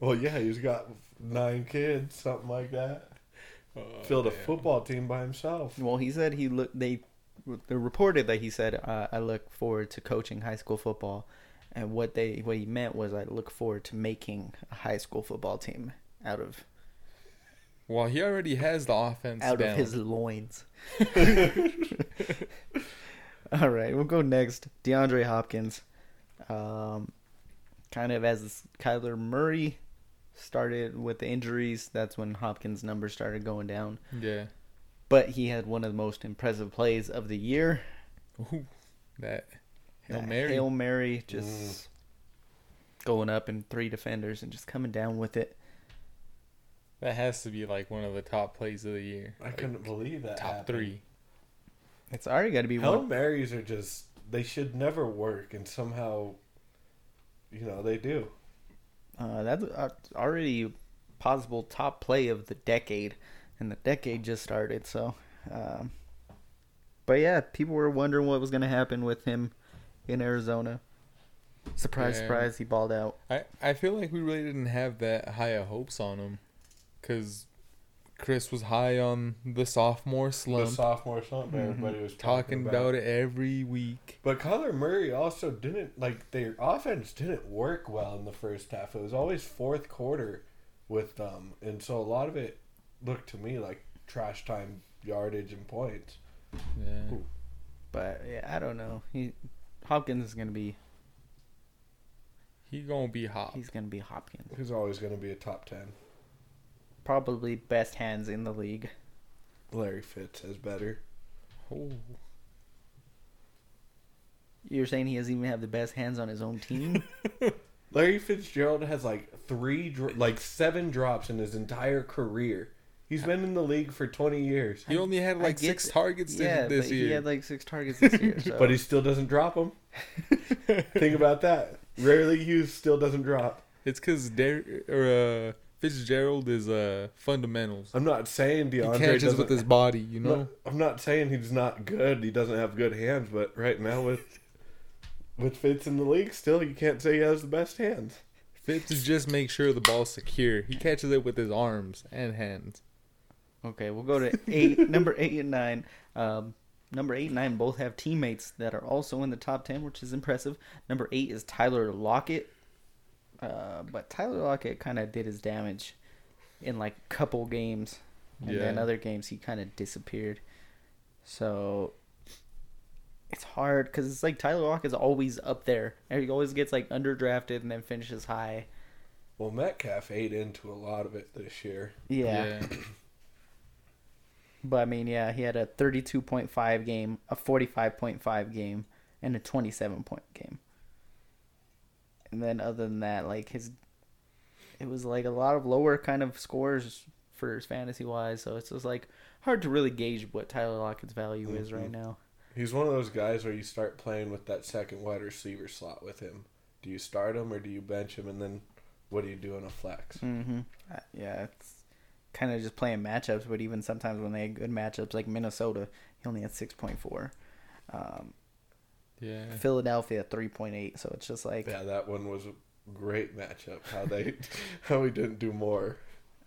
Speaker 5: Well, yeah, he's got nine kids, something like that.
Speaker 4: Oh,
Speaker 5: Filled a football team by himself.
Speaker 3: Well, he said he look they, they reported that he said uh, I look forward to coaching high school football, and what they what he meant was I look forward to making a high school football team out of
Speaker 4: Well, he already has the offense
Speaker 3: out
Speaker 4: down.
Speaker 3: of his loins. All right, we'll go next. DeAndre Hopkins, um, kind of as Kyler Murray started with the injuries, that's when Hopkins' numbers started going down.
Speaker 4: Yeah.
Speaker 3: But he had one of the most impressive plays of the year.
Speaker 4: Ooh, that Hail
Speaker 3: That
Speaker 4: Mary. Mm.
Speaker 3: Hail Mary, just going up in three defenders and just coming down with it.
Speaker 4: That has to be like one of the top plays of the year.
Speaker 5: I
Speaker 4: Like,
Speaker 5: couldn't believe that.
Speaker 4: top
Speaker 5: happened.
Speaker 4: three.
Speaker 3: It's already got to be
Speaker 5: Hail
Speaker 3: one.
Speaker 5: Marys are just they should never work and somehow you know they do.
Speaker 3: Uh, that's uh, already possible top play of the decade, and the decade just started. So, um, but yeah, people were wondering what was going to happen with him in Arizona. Surprise,
Speaker 4: Yeah.
Speaker 3: surprise, he balled out.
Speaker 4: I, I feel like we really didn't have that high of hopes on him because Chris was high on the sophomore
Speaker 5: The
Speaker 4: slump,
Speaker 5: sophomore slump everybody was
Speaker 4: mm-hmm. talking about it every week.
Speaker 5: But Kyler Murray also didn't like their offense didn't work well in the first half. It was always fourth quarter with them, and so a lot of it looked to me like trash time yardage and points.
Speaker 4: Yeah.
Speaker 3: But yeah, I don't know. He Hopkins is gonna be
Speaker 4: He gonna be hot.
Speaker 3: he's gonna be Hopkins.
Speaker 5: He's always going to be a top ten.
Speaker 3: Probably best hands in the league.
Speaker 5: Larry Fitz is better.
Speaker 4: Oh,
Speaker 3: You're saying he doesn't even have the best hands on his own team?
Speaker 5: Larry Fitzgerald has like three, dr- like seven drops in his entire career. He's been in the league for twenty years,
Speaker 4: he only had
Speaker 3: I
Speaker 4: like
Speaker 3: get
Speaker 4: six
Speaker 3: that.
Speaker 4: targets
Speaker 3: yeah,
Speaker 4: this
Speaker 3: but
Speaker 4: year.
Speaker 3: he had like six targets this year. So.
Speaker 5: but he still doesn't drop them. Think about that. Rarely used, still doesn't drop.
Speaker 4: It's because Der- or uh, Fitzgerald is uh, fundamentals.
Speaker 5: I'm not saying
Speaker 4: He
Speaker 5: DeAndre
Speaker 4: can't just
Speaker 5: doesn't
Speaker 4: with his body, you know.
Speaker 5: No, I'm not saying he's not good. He doesn't have good hands, but right now with with Fitz in the league, still you can't say he has the best hands.
Speaker 4: Fitz just makes sure the ball's secure. He catches it with his arms and hands.
Speaker 3: Okay, we'll go to eight. number eight and nine. Um, number eight and nine both have teammates that are also in the top ten, which is impressive. Number eight is Tyler Lockett, uh, but Tyler Lockett kind of did his damage in like couple games, and then
Speaker 4: Yeah.
Speaker 3: other games he kind of disappeared. So it's hard because it's like Tyler Lockett's always up there, and he always gets like underdrafted and then finishes high.
Speaker 5: Well, Metcalf ate into a lot of it this year.
Speaker 3: yeah. But I mean, yeah, he had a 32.5 game, a 45.5 game, and a 27 point game. And then other than that, like his, it was like a lot of lower kind of scores for fantasy wise. So it's just like hard to really gauge what Tyler Lockett's value is right now.
Speaker 5: He's one of those guys where you start playing with that second wide receiver slot with him. Do you start him or do you bench him? And then what do you do in a flex?
Speaker 3: Mm-hmm. Yeah, it's kind of just playing matchups. But even sometimes when they had good matchups, like Minnesota, he only had 6.4, um,
Speaker 4: Yeah.
Speaker 3: Philadelphia 3.8. So it's just like
Speaker 5: Yeah, that one was a great matchup. How they how he didn't do more.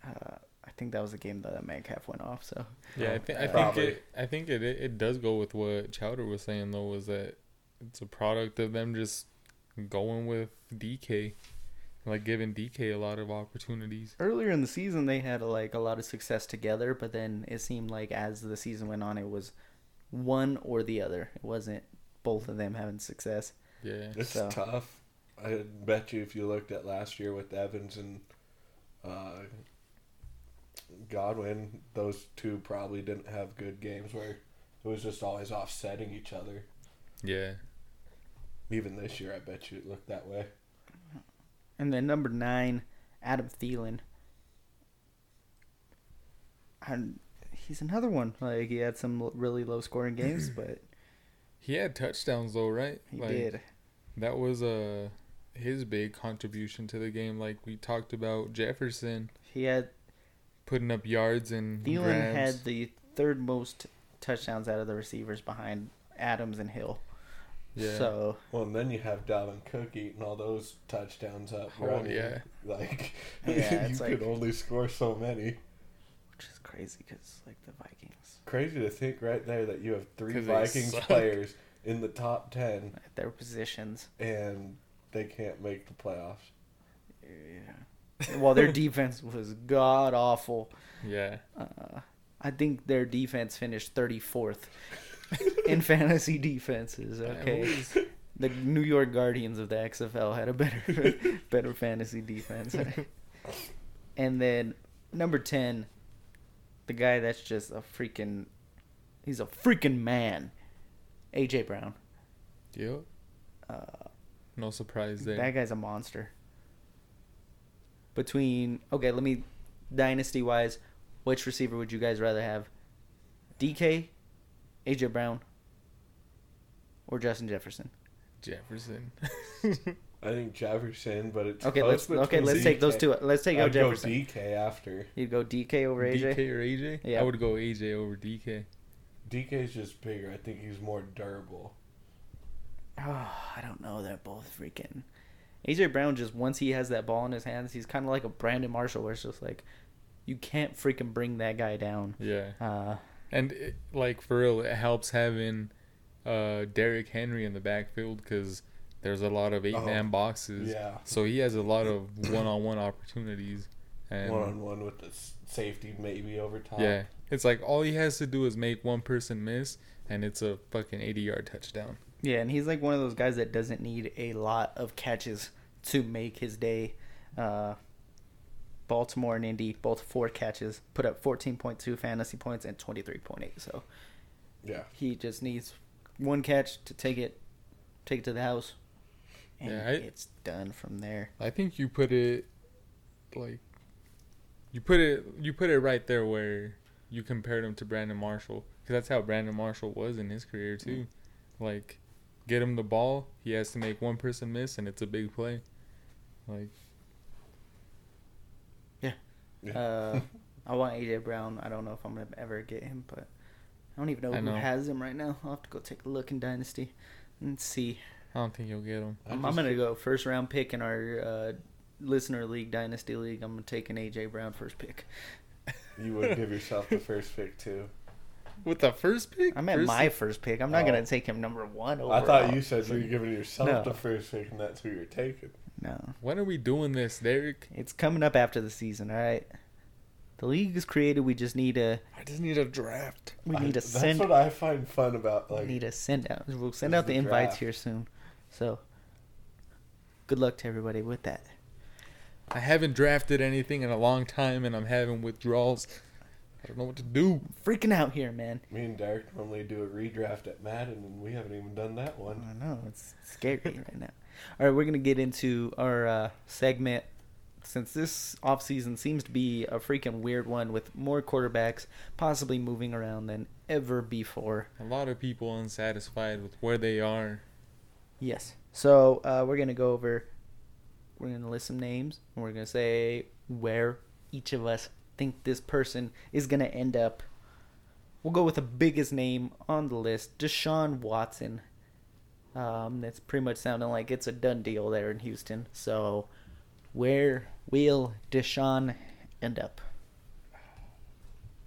Speaker 3: uh, I think that was the game that, that Metcalf went off. So
Speaker 4: Yeah, I, think I think
Speaker 5: Probably.
Speaker 4: it, I think it, it does go with what Chowder was saying though, was that it's a product of them just going with DK, like giving DK a lot of opportunities.
Speaker 3: earlier in the season, they had like a lot of success together, but then it seemed like as the season went on, it was one or the other. It wasn't both of them having success.
Speaker 4: Yeah,
Speaker 5: It's
Speaker 3: So-
Speaker 5: tough. I bet you if you looked at last year with Evans and uh, Godwin, those two probably didn't have good games where it was just always offsetting each other.
Speaker 4: yeah.
Speaker 5: Even this year, I bet you it looked that way.
Speaker 3: And then number nine, Adam Thielen. And he's another one. Like he had some l- really low scoring games, but
Speaker 4: He had touchdowns though, right?
Speaker 3: he did.
Speaker 4: That was uh his big contribution to the game. Like we talked about Jefferson
Speaker 3: He had
Speaker 4: putting up yards and
Speaker 3: Thielen
Speaker 4: grabs.
Speaker 3: had the third most touchdowns out of the receivers behind Adams and Hill.
Speaker 4: yeah.
Speaker 3: So
Speaker 5: Well, and then you have Dalvin Cook eating all those touchdowns up.
Speaker 4: Oh,
Speaker 5: running.
Speaker 4: yeah.
Speaker 5: Like,
Speaker 3: Yeah,
Speaker 5: you
Speaker 3: it's
Speaker 5: could
Speaker 3: like-
Speaker 5: only score so many.
Speaker 3: which is crazy because like the Vikings,
Speaker 5: Crazy to think right there that you have three
Speaker 4: 'Cause they
Speaker 5: Vikings
Speaker 4: suck.
Speaker 5: players in the top 10
Speaker 3: at their positions,
Speaker 5: and they can't make the playoffs.
Speaker 3: yeah. Well, their defense was god awful.
Speaker 4: yeah.
Speaker 3: Uh, I think their defense finished 34th in fantasy defenses. Okay, the New York Guardians of the XFL had a better better fantasy defense. and then number 10, the guy that's just a freaking he's a freaking man. AJ Brown. Uh,
Speaker 4: Yep. no surprise there.
Speaker 3: That guy's a monster. Between okay, let me dynasty wise, which receiver would you guys rather have? DK, AJ Brown, or Justin Jefferson?
Speaker 4: Jefferson.
Speaker 5: I think Jefferson, but it's
Speaker 3: Okay,
Speaker 5: close
Speaker 3: let's okay,
Speaker 5: between
Speaker 3: let's take those
Speaker 5: DK.
Speaker 3: two. Let's take out
Speaker 5: I'd go
Speaker 3: Jefferson.
Speaker 5: DK after.
Speaker 3: You'd go DK over AJ.
Speaker 4: DK or AJ?
Speaker 3: Yeah.
Speaker 4: I would go AJ over DK.
Speaker 5: DK's just bigger. I think he's more durable.
Speaker 3: Oh, I don't know. They're both freaking. AJ Brown just once he has that ball in his hands, he's kind of like a Brandon Marshall, where it's just like, You can't freaking bring that guy down.
Speaker 4: Yeah.
Speaker 3: Uh,
Speaker 4: And it, like for real, it helps having uh Derrick Henry in the backfield because there's a lot of eight man boxes.
Speaker 5: yeah.
Speaker 4: So he has a lot of one on one opportunities. And
Speaker 5: One on one with the s- safety maybe over top.
Speaker 4: yeah, it's like all he has to do is make one person miss, and it's a fucking eighty yard touchdown.
Speaker 3: yeah, and he's like one of those guys that doesn't need a lot of catches to make his day. Uh, Baltimore and Indy both four catches, put up 14.2 fantasy points and 23.8. So
Speaker 5: Yeah.
Speaker 3: he just needs one catch to take it, take it to the house, and
Speaker 4: Yeah, I-
Speaker 3: it's done from there.
Speaker 4: I think you put it like you put it you put it right there where you compared him to Brandon Marshall because that's how Brandon Marshall was in his career too. Like, get him the ball, he has to make one person miss, and it's a big play. Like,
Speaker 5: Yeah.
Speaker 3: Uh, I want AJ Brown. I don't know if I'm gonna ever get him, but I don't even know
Speaker 4: I
Speaker 3: who
Speaker 4: know.
Speaker 3: has him right now. I'll have to go take a look in Dynasty and see.
Speaker 4: I don't think you'll get him.
Speaker 5: I
Speaker 3: I'm, I'm
Speaker 5: just-
Speaker 3: gonna go first round pick in our uh, listener league, Dynasty league. I'm gonna take an AJ Brown first pick.
Speaker 5: You would give yourself the first pick too.
Speaker 4: With the first pick,
Speaker 3: I'm at
Speaker 4: First-
Speaker 3: my first pick. I'm not
Speaker 5: Oh.
Speaker 3: gonna take him number one. Overall.
Speaker 5: I thought you said you were giving yourself
Speaker 3: No.
Speaker 5: the first pick, and that's who you're taking.
Speaker 3: no.
Speaker 4: When are we doing this, Derek?
Speaker 3: It's coming up after the season. All right. The league is created. We just need a
Speaker 4: I just need a draft.
Speaker 3: we
Speaker 5: I-
Speaker 3: need a
Speaker 5: that's
Speaker 3: send
Speaker 5: what I find fun about like
Speaker 3: need a send out. We'll send
Speaker 5: is
Speaker 3: out the,
Speaker 5: the
Speaker 3: invites
Speaker 5: draft.
Speaker 3: here soon. So good luck to everybody with that.
Speaker 4: I haven't drafted anything in a long time, and I'm having withdrawals. I don't know what to do.
Speaker 3: Freaking out here, man.
Speaker 5: me and Derek normally do a redraft at Madden, and we haven't even done that
Speaker 3: I
Speaker 5: one.
Speaker 3: don't know. It's scary right now. All right, we're gonna get into our uh, segment. Since this offseason seems to be a freaking weird one with more quarterbacks possibly moving around than ever before.
Speaker 4: A lot of people unsatisfied with where they are.
Speaker 3: Yes. So uh, we're gonna go over. We're gonna list some names. And we're gonna say where each of us think this person is gonna end up. We'll go with the biggest name on the list, Deshaun Watson. Um, that's pretty much sounding like it's a done deal there in Houston. So, where will Deshaun end up?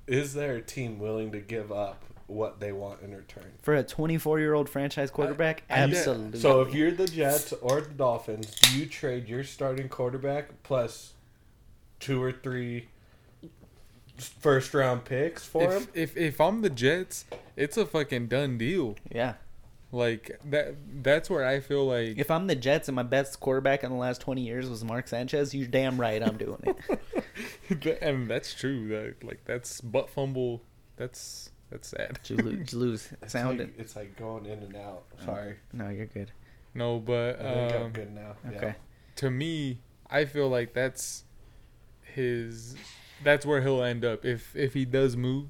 Speaker 5: Is there a team willing to give up what they want in return?
Speaker 3: For a 24-year-old franchise quarterback,
Speaker 5: I- yeah.
Speaker 3: absolutely.
Speaker 5: So if you're the Jets or the Dolphins, do you trade your starting quarterback plus two or three first round picks for him?
Speaker 4: If, if if I'm the Jets, it's a fucking done deal.
Speaker 3: yeah,
Speaker 4: Like that that's where I feel like
Speaker 3: If I'm the Jets and my best quarterback in the last 20 years was Mark Sanchez, you're damn right I'm doing it.
Speaker 4: and that's true. That like that's butt fumble. That's that's sad.
Speaker 3: Did you lose, did you lose
Speaker 5: It's
Speaker 3: sound? Oh.
Speaker 5: like, it's like going in and out. Sorry.
Speaker 3: No, you're good.
Speaker 4: No, but
Speaker 5: I think I'm
Speaker 4: um,
Speaker 5: good now.
Speaker 3: Okay.
Speaker 4: to me, I feel like that's his that's where he'll end up if if he does move.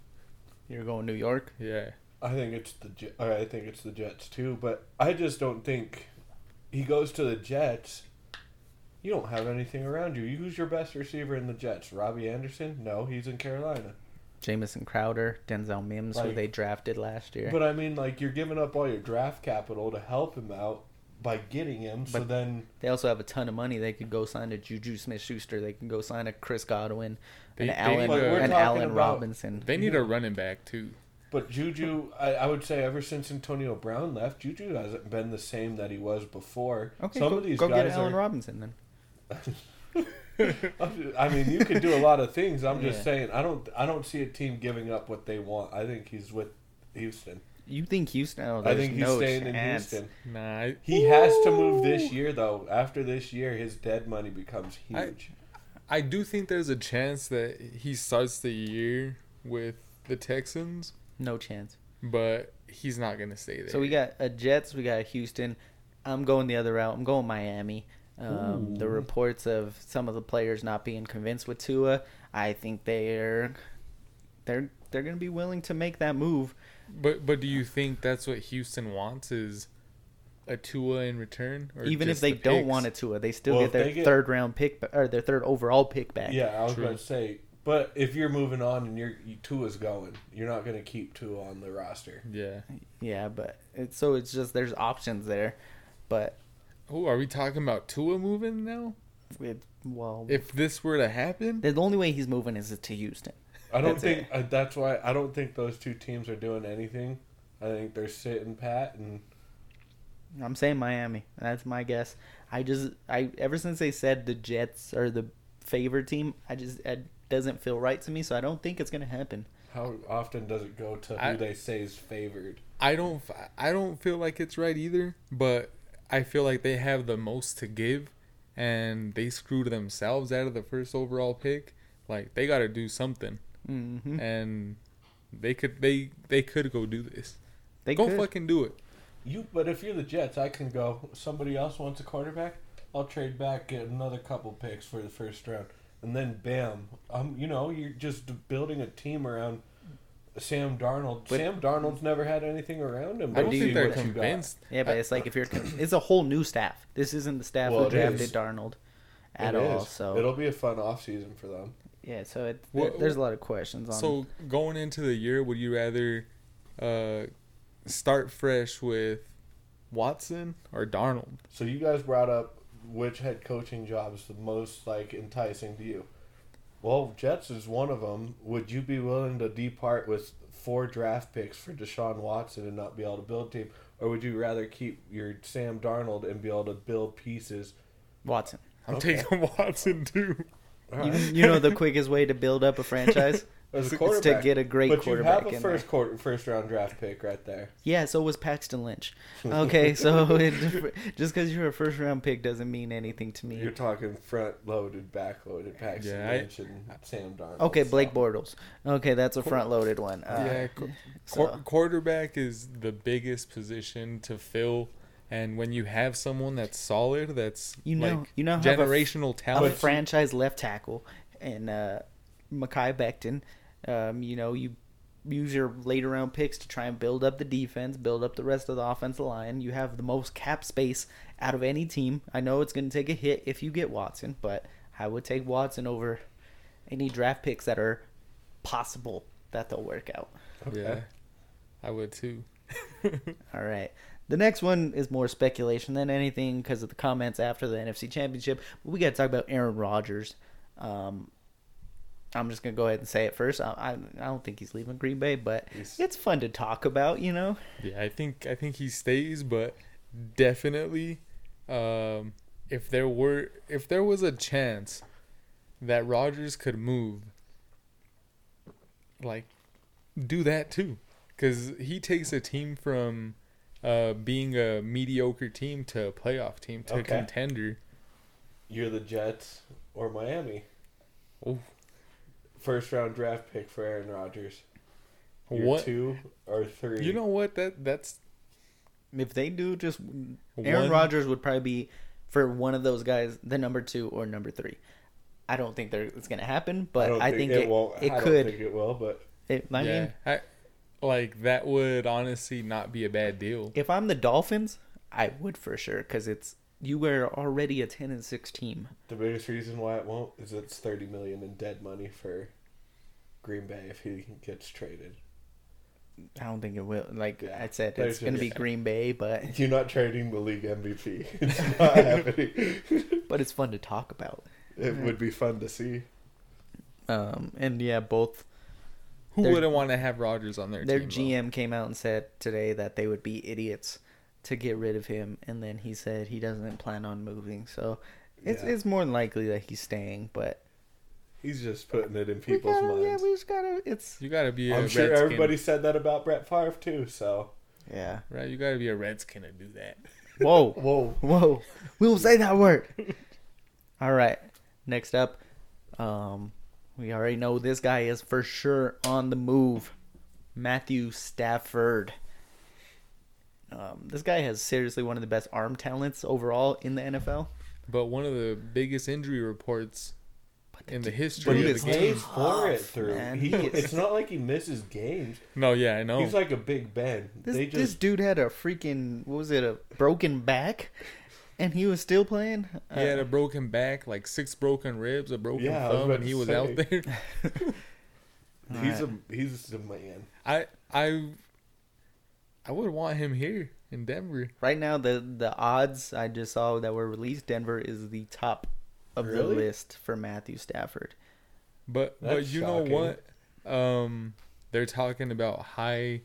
Speaker 3: You're going New York?
Speaker 4: Yeah.
Speaker 5: I think it's the Je- or I think it's the Jets too, but I just don't think he goes to the Jets. You don't have anything around you. Who's your best receiver in the Jets? Robbie Anderson? No, he's in Carolina.
Speaker 3: Jamison Crowder, Denzel Mims, who
Speaker 5: Like-
Speaker 3: they drafted last year.
Speaker 5: But I mean, like you're giving up all your draft capital to help him out by getting him. so
Speaker 3: But-
Speaker 5: then,
Speaker 3: they also have a ton of money. They could go sign a Juju Smith Schuster. They could go sign a Chris Godwin, an
Speaker 4: They- they
Speaker 3: Allen,
Speaker 4: need a-
Speaker 3: an
Speaker 5: We're talking
Speaker 3: Allen
Speaker 5: about-
Speaker 3: Robinson.
Speaker 4: They need a running back too.
Speaker 5: but Juju, I, I would say ever since Antonio Brown left, Juju hasn't been the same that he was before.
Speaker 3: okay, go, go get Allen Robinson then.
Speaker 5: I mean, you could do a lot of things. I'm just
Speaker 3: Yeah.
Speaker 5: saying, I don't, I don't see a team giving up what they want. I think he's with Houston.
Speaker 3: You think Houston? Oh,
Speaker 5: I think he's
Speaker 3: no
Speaker 5: staying
Speaker 3: chance.
Speaker 5: in Houston.
Speaker 4: Nah. I-
Speaker 5: He has to move this year, though. After this year, his dead money becomes
Speaker 4: I-
Speaker 5: huge.
Speaker 4: I do think there's a chance that he starts the year with the Texans,
Speaker 3: No chance.
Speaker 4: but he's not gonna stay there.
Speaker 3: So we got a Jets, we got a Houston. I'm going the other route. I'm going Miami. Um, the reports of some of the players not being convinced with Tua, I think they're they're they're going to be willing to make that move.
Speaker 4: But but do you think that's what Houston wants is a Tua in return? Or
Speaker 3: Even if
Speaker 4: just
Speaker 3: they
Speaker 4: the
Speaker 3: don't
Speaker 4: picks?
Speaker 3: want a Tua, they still
Speaker 5: Well,
Speaker 3: get
Speaker 5: if
Speaker 3: their
Speaker 5: they get-
Speaker 3: third round pick ba- or their third overall pick back.
Speaker 5: yeah, I was
Speaker 4: True.
Speaker 5: going to say, but if you're moving on and you're you, Tua's going, you're not going to keep Tua on the roster.
Speaker 4: Yeah.
Speaker 3: yeah, but it's, so it's just there's options there, but
Speaker 4: Oh, are we talking about Tua moving now?
Speaker 3: it's Well,
Speaker 4: If this were to happen,
Speaker 3: the only way he's moving is to Houston.
Speaker 5: I don't
Speaker 3: That's
Speaker 5: think uh, that's why I don't think those two teams are doing anything. I think they're sitting pat and
Speaker 3: I'm saying Miami. That's my guess. I just I ever since they said the Jets are the favorite team, I just it doesn't feel right to me. So I don't think it's gonna happen.
Speaker 5: how often does it go to who
Speaker 4: I-
Speaker 5: they say is favored?
Speaker 4: I don't I don't feel like it's right either, but I feel like they have the most to give and they screwed themselves out of the first overall pick. Like they got to do something
Speaker 3: Mm-hmm.
Speaker 4: and they could they they could go do this.
Speaker 3: They
Speaker 4: go
Speaker 3: could.
Speaker 4: fucking do it.
Speaker 5: You, but if you're the Jets, I can go. Somebody else wants a quarterback. I'll trade back, get another couple picks for the first round, and then bam, um, you know, you're just building a team around Sam Darnold.
Speaker 3: But-
Speaker 5: Sam Darnold's never had anything around him.
Speaker 4: I
Speaker 5: Let's
Speaker 4: don't
Speaker 5: see
Speaker 4: think they're
Speaker 5: what you got.
Speaker 4: convinced.
Speaker 3: Yeah, but it's like if you're it's a whole new staff. This isn't the staff
Speaker 5: Uh, Well,
Speaker 3: who
Speaker 5: it
Speaker 3: drafted
Speaker 5: is.
Speaker 3: Darnold at
Speaker 5: It
Speaker 3: all.
Speaker 5: is.
Speaker 3: So
Speaker 5: it'll be a fun offseason for them.
Speaker 3: yeah, so it,
Speaker 4: Well,
Speaker 3: there- there's a lot of questions on.
Speaker 4: So going into the year, would you rather uh start fresh with Watson or Darnold?
Speaker 5: So you guys brought up which head coaching job is the most like enticing to you. Well, Jets is one of them. Would you be willing to depart with four draft picks for Deshaun Watson and not be able to build a team, or would you rather keep your Sam Darnold and be able to build pieces?
Speaker 3: Watson.
Speaker 4: I'm
Speaker 5: Okay.
Speaker 4: taking Watson too.
Speaker 5: All
Speaker 3: You,
Speaker 5: right.
Speaker 3: you know the quickest way to build up a franchise?
Speaker 5: As a
Speaker 3: It's to
Speaker 5: quarterback,
Speaker 3: get a great
Speaker 5: but
Speaker 3: quarterback
Speaker 5: you have a
Speaker 3: in
Speaker 5: first quarter, first round draft pick right there.
Speaker 3: yeah, so was Paxton Lynch. Okay, so it, just because you're a first round pick doesn't mean anything to
Speaker 5: You're
Speaker 3: me.
Speaker 5: talking front loaded, back loaded, Paxton
Speaker 4: Yeah, I-
Speaker 5: Lynch and Sam Darnold.
Speaker 3: Okay, Blake
Speaker 5: so.
Speaker 3: Bortles. Okay, that's a front loaded one. Uh,
Speaker 4: yeah, qu-
Speaker 3: so-
Speaker 4: quar- quarterback is the biggest position to fill, and when you have someone that's solid, that's
Speaker 3: You know-
Speaker 4: like
Speaker 3: you now have a f-
Speaker 4: generational
Speaker 3: a
Speaker 4: talent.
Speaker 3: franchise left tackle and uh, Makai Becton. Um, you know, you use your later round picks to try and build up the defense, build up the rest of the offensive line. You have the most cap space out of any team. I know it's going to take a hit if you get Watson, but I would take Watson over any draft picks that are possible that they'll work out.
Speaker 4: yeah, I would too.
Speaker 3: All right. The next one is more speculation than anything because of the comments after the NFC Championship. But we got to talk about Aaron Rodgers. Um, I'm just gonna go ahead and say it first. I, I, I don't think he's leaving Green Bay, but
Speaker 5: He's-
Speaker 3: it's fun to talk about, you know.
Speaker 4: Yeah, I think I think he stays, but definitely, um, if there were if there was a chance that Rogers could move, like, do that too, because he takes a team from uh, being a mediocre team to a playoff team to a
Speaker 5: Okay.
Speaker 4: contender.
Speaker 5: You're the Jets or Miami.
Speaker 4: Oof.
Speaker 5: First round draft pick for Aaron Rodgers. Year
Speaker 4: what
Speaker 5: two or three?
Speaker 4: you know? What that that's
Speaker 3: If they do, just Aaron
Speaker 4: One-
Speaker 3: Rodgers would probably be for one of those guys, the number two or number three. I don't think they're, it's gonna happen,
Speaker 5: I
Speaker 3: but
Speaker 5: don't
Speaker 3: I, think, it,
Speaker 5: won't.
Speaker 3: it
Speaker 5: I
Speaker 3: could.
Speaker 5: don't think it will, but
Speaker 3: It, I
Speaker 4: yeah,
Speaker 3: mean,
Speaker 4: I, like that would honestly not be a bad deal.
Speaker 3: if I'm the Dolphins, I would for sure because it's you were already a ten and six team.
Speaker 5: the biggest reason why it won't is it's thirty million in dead money for Green Bay if he gets traded.
Speaker 3: I don't think it will. Like
Speaker 5: Yeah.
Speaker 3: I said,
Speaker 5: There's
Speaker 3: it's going to
Speaker 5: just-
Speaker 3: be Green Bay, but
Speaker 5: You're not trading the league MVP. It's not happening.
Speaker 3: but it's fun to talk about.
Speaker 5: It would be fun to see.
Speaker 3: Um, and yeah, both
Speaker 4: Who
Speaker 3: Their-
Speaker 4: wouldn't want to have Rogers on their
Speaker 3: their
Speaker 4: team? though?
Speaker 3: GM came out and said today that they would be idiots to get rid of him, and then he said he doesn't plan on moving. So it's
Speaker 5: Yeah.
Speaker 3: it's more than likely that he's staying, but
Speaker 5: He's just putting it in
Speaker 3: we
Speaker 5: people's
Speaker 3: gotta- yeah,
Speaker 5: minds.
Speaker 3: we just gotta. It's
Speaker 4: You gotta be a
Speaker 5: I'm sure
Speaker 4: Redskin.
Speaker 5: everybody said that about Brett Favre too. So
Speaker 3: yeah.
Speaker 4: right? You gotta be a redskin to do that.
Speaker 3: Whoa,
Speaker 5: whoa,
Speaker 3: whoa, we will say that word. All right, next up, um, we already know this guy is for sure on the move. Matthew Stafford. Um, this guy has seriously one of the best arm talents overall in the NFL.
Speaker 4: But one of the biggest injury reports in the history
Speaker 5: But
Speaker 4: of
Speaker 5: he
Speaker 4: the
Speaker 3: is
Speaker 4: game.
Speaker 5: plays for it through.
Speaker 3: man.
Speaker 5: He,
Speaker 3: He is-
Speaker 5: it's not like he misses games.
Speaker 4: No, yeah, I know.
Speaker 5: He's like a Big Ben.
Speaker 3: This,
Speaker 5: they
Speaker 3: this
Speaker 5: just
Speaker 3: dude had a freaking what was it a broken back, and he was still playing. Uh,
Speaker 4: he had a broken back, like six broken ribs, a broken
Speaker 5: Yeah, I was
Speaker 4: thumb,
Speaker 5: about
Speaker 4: and
Speaker 5: to
Speaker 4: he was
Speaker 5: say.
Speaker 4: out there.
Speaker 5: he's a he's the man.
Speaker 4: I I I would want him here in Denver.
Speaker 3: Right now, the the odds I just saw that were released, Denver is the top of
Speaker 5: Really?
Speaker 3: the list for Matthew Stafford.
Speaker 4: But but
Speaker 5: That's
Speaker 4: you
Speaker 5: shocking.
Speaker 4: know what? Um, they're talking about high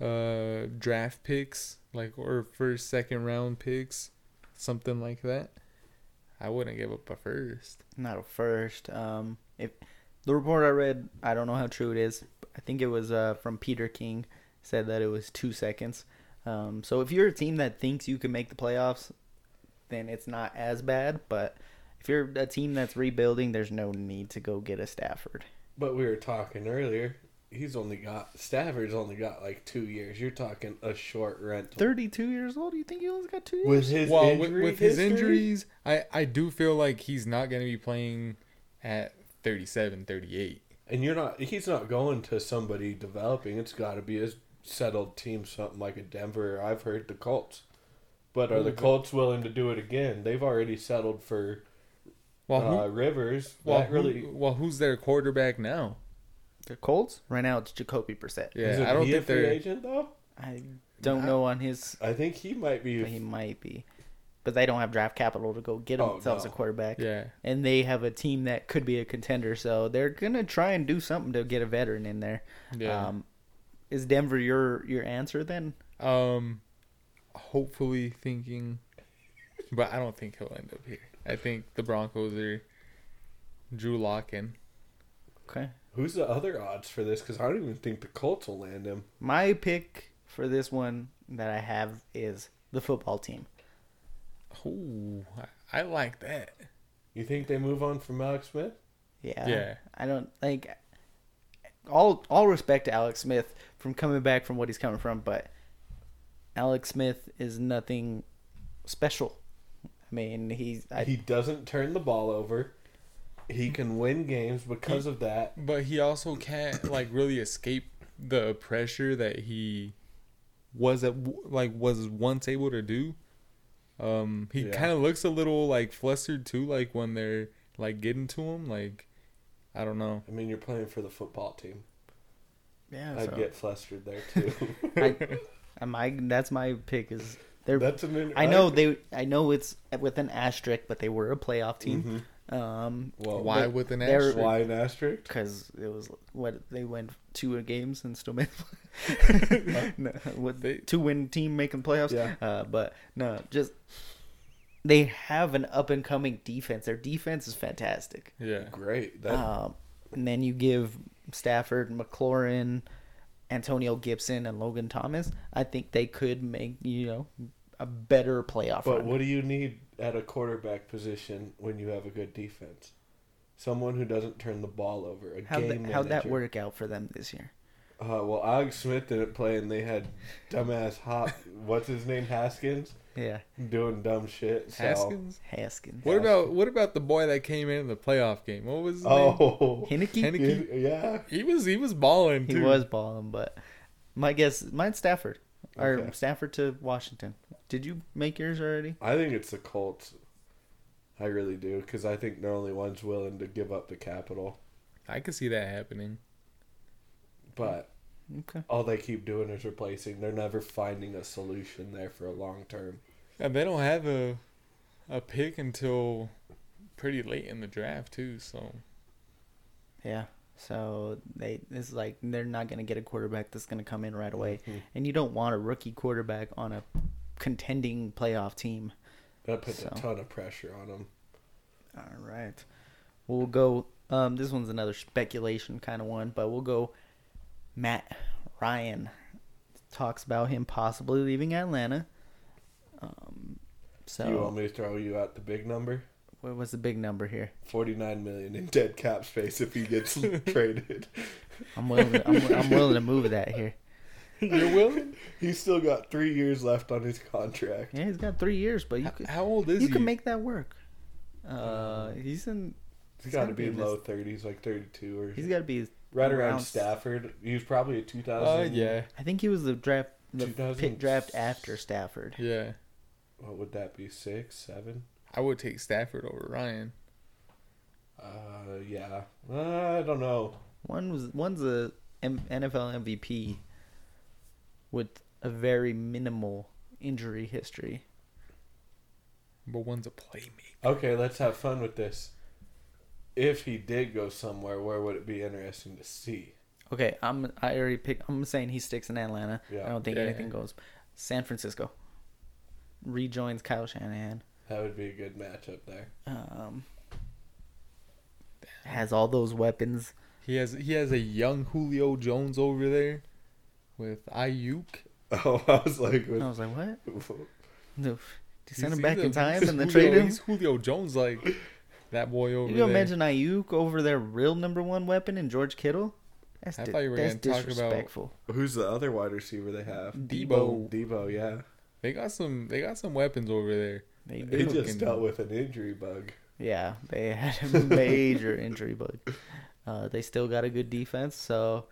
Speaker 4: uh, draft picks, like or first, second round picks, something like that. I wouldn't give up a first.
Speaker 3: Not a first. Um, if the report I read, I don't know how true it is. I think it was uh, from Peter King said that it was two seconds. Um, so if you're a team that thinks you can make the playoffs, then it's not as bad. But if you're a team that's rebuilding, there's no need to go get a Stafford.
Speaker 5: But we were talking earlier. He's only got Stafford's only got like two years. You're talking a short rental.
Speaker 3: 32 years old? You think he only got two years?
Speaker 5: with his
Speaker 4: well, with,
Speaker 5: injury
Speaker 4: with his
Speaker 5: history?
Speaker 4: injuries, I I do feel like he's not going to be playing at 37, 38.
Speaker 5: and you're not he's not going to somebody developing. It's got to be his settled team, something like a Denver. I've heard the Colts, but are the Colts willing to do it again? They've already settled for
Speaker 4: Well, who,
Speaker 5: uh, Rivers.
Speaker 4: well,
Speaker 5: that
Speaker 4: who-
Speaker 5: really
Speaker 4: well, who's their quarterback now?
Speaker 3: The Colts? Right now it's Jacoby Brissett.
Speaker 5: isn't
Speaker 4: Yeah, I don't
Speaker 5: he
Speaker 4: think
Speaker 5: a free
Speaker 4: they're.
Speaker 5: agent though.
Speaker 3: I don't know on his
Speaker 5: I think he might be.
Speaker 3: but he might be. But they don't have draft capital to go get
Speaker 5: Oh,
Speaker 3: themselves
Speaker 5: no.
Speaker 3: a quarterback.
Speaker 4: Yeah,
Speaker 3: And they have a team that could be a contender, so they're gonna try and do something to get a veteran in there.
Speaker 4: yeah.
Speaker 3: Um, is Denver your your answer then?
Speaker 4: Um, hopefully thinking, but I don't think he'll end up here. I think the Broncos are Drew Lockin.
Speaker 3: Okay.
Speaker 5: Who's the other odds for this? Because I don't even think the Colts will land him.
Speaker 3: My pick for this one that I have is the football team.
Speaker 4: Oh, I, I like that.
Speaker 5: You think they move on from Alex Smith?
Speaker 3: Yeah.
Speaker 4: Yeah.
Speaker 3: I don't like all all respect to Alex Smith from coming back from what he's coming from, but Alex Smith is nothing special. I mean, he's I,
Speaker 5: he doesn't turn the ball over. He can win games because of that.
Speaker 4: But he also can't like really escape the pressure that he was at like was once able to do. Um, he
Speaker 5: Yeah.
Speaker 4: kind of looks a little like flustered too, like when they're like getting to him. Like, I don't know.
Speaker 5: I mean, you're playing for the football team.
Speaker 3: yeah.
Speaker 5: I'd
Speaker 3: So
Speaker 5: get flustered there too.
Speaker 3: I, am I that's my pick is they're
Speaker 5: That's an. in-
Speaker 3: I know they I know it's with an asterisk, but they were a playoff team.
Speaker 5: Mm-hmm.
Speaker 3: Um
Speaker 5: Well,
Speaker 4: Why
Speaker 3: but
Speaker 4: with an
Speaker 3: they're-
Speaker 4: asterisk?
Speaker 5: Why an asterisk?
Speaker 3: because it was what they went two games and still made the no, what
Speaker 4: They-
Speaker 3: two win team making playoffs.
Speaker 5: Yeah.
Speaker 3: Uh, but no, just they have an up and coming defense. Their defense is fantastic.
Speaker 4: Yeah,
Speaker 5: Great. That
Speaker 3: Um, and then you give Stafford, McLaurin, Antonio Gibson, and Logan Thomas. I think they could make you know a better playoff.
Speaker 5: But
Speaker 3: run.
Speaker 5: what do you need at a quarterback position when you have a good defense? Someone who doesn't turn the ball over. A
Speaker 3: how'd,
Speaker 5: game
Speaker 3: that, how'd that
Speaker 5: manager.
Speaker 3: work out for them this year?
Speaker 5: Uh, well, Alex Smith didn't play, and they had dumbass Hop. what's his name? Haskins
Speaker 3: Yeah,
Speaker 5: doing dumb shit. So.
Speaker 4: Haskins.
Speaker 3: Haskins,
Speaker 4: What about what about the boy that came in the playoff game? What was his name?
Speaker 5: Oh,
Speaker 3: Heineke.
Speaker 4: Heineke.
Speaker 5: yeah.
Speaker 4: He was he was balling
Speaker 3: He
Speaker 4: too.
Speaker 3: was balling, but my guess, mine's Stafford or
Speaker 5: Okay.
Speaker 3: Stafford to Washington. Did you make yours already?
Speaker 5: I think it's the Colts. I really do because I think they're only ones willing to give up the capital.
Speaker 4: I could see that happening.
Speaker 5: But
Speaker 3: Okay.
Speaker 5: all they keep doing is replacing. They're never finding a solution there for a long term.
Speaker 4: And they don't have a a pick until pretty late in the draft too. So
Speaker 3: Yeah. So they it's like they're not gonna get a quarterback that's gonna come in right away,
Speaker 5: Mm-hmm.
Speaker 3: and you don't want a rookie quarterback on a contending playoff team.
Speaker 5: That puts a
Speaker 3: So.
Speaker 5: ton of pressure on them.
Speaker 3: All right. We'll go. Um, this one's another speculation kind of one, but we'll go. Matt Ryan talks about him possibly leaving Atlanta. Um, so
Speaker 5: You want me to throw you out the big number?
Speaker 3: what was the big number here?
Speaker 5: 49 million in dead cap space if he gets traded.
Speaker 3: I'm willing. To, I'm, I'm willing to move that here.
Speaker 4: you're willing?
Speaker 5: He's still got three years left on his contract.
Speaker 3: Yeah, he's got three years, but you could
Speaker 4: How old is
Speaker 3: you
Speaker 4: he?
Speaker 3: can make that work. Uh, he's in.
Speaker 5: He's got to
Speaker 3: gotta
Speaker 5: be
Speaker 3: in
Speaker 5: low
Speaker 3: his-
Speaker 5: 30s, like 32 or
Speaker 3: He's got to be
Speaker 5: right around
Speaker 3: around-
Speaker 5: Stafford. He was probably a 2000.
Speaker 4: Oh
Speaker 3: um,
Speaker 4: yeah,
Speaker 3: I think he was the draft the pick
Speaker 5: 2000
Speaker 3: draft after Stafford.
Speaker 4: yeah.
Speaker 5: What would that be? Six, seven?
Speaker 4: I would take Stafford over Ryan.
Speaker 5: Uh, yeah. Uh, I don't know.
Speaker 3: One was one's a M- NFL MVP with a very minimal injury history.
Speaker 4: but one's a playmaker.
Speaker 5: Okay, let's have fun with this. If he did go somewhere, where would it be interesting to see?
Speaker 3: Okay, I'm I already picked. I'm saying he sticks in Atlanta.
Speaker 5: Yeah.
Speaker 3: I don't think
Speaker 4: Yeah.
Speaker 3: anything goes. San Francisco rejoins Kyle Shanahan.
Speaker 5: That would be a good matchup there.
Speaker 3: Um, has all those weapons.
Speaker 4: He has he has a young Julio Jones over there with Ayuk.
Speaker 5: Oh, I was like,
Speaker 3: I was like, what? No, to
Speaker 4: You
Speaker 3: send him
Speaker 4: see
Speaker 3: back in
Speaker 4: them?
Speaker 3: time
Speaker 4: He's
Speaker 3: and then
Speaker 4: Julio-
Speaker 3: trade him.
Speaker 4: He's Julio Jones, like that boy over
Speaker 3: You
Speaker 4: there.
Speaker 3: gonna mention Ayuk over their real number one weapon and George Kittle? That's,
Speaker 4: I
Speaker 3: di-
Speaker 4: thought you were
Speaker 3: that's
Speaker 4: gonna talk about-
Speaker 3: disrespectful.
Speaker 5: who's the other wide receiver they have?
Speaker 4: Debo.
Speaker 5: Debo, yeah.
Speaker 4: They got some. They got some weapons over there.
Speaker 3: They
Speaker 5: He
Speaker 3: do.
Speaker 4: Debo can-
Speaker 5: just dealt with an injury bug.
Speaker 3: Yeah, they had a major injury bug. Uh, they still got a good defense, so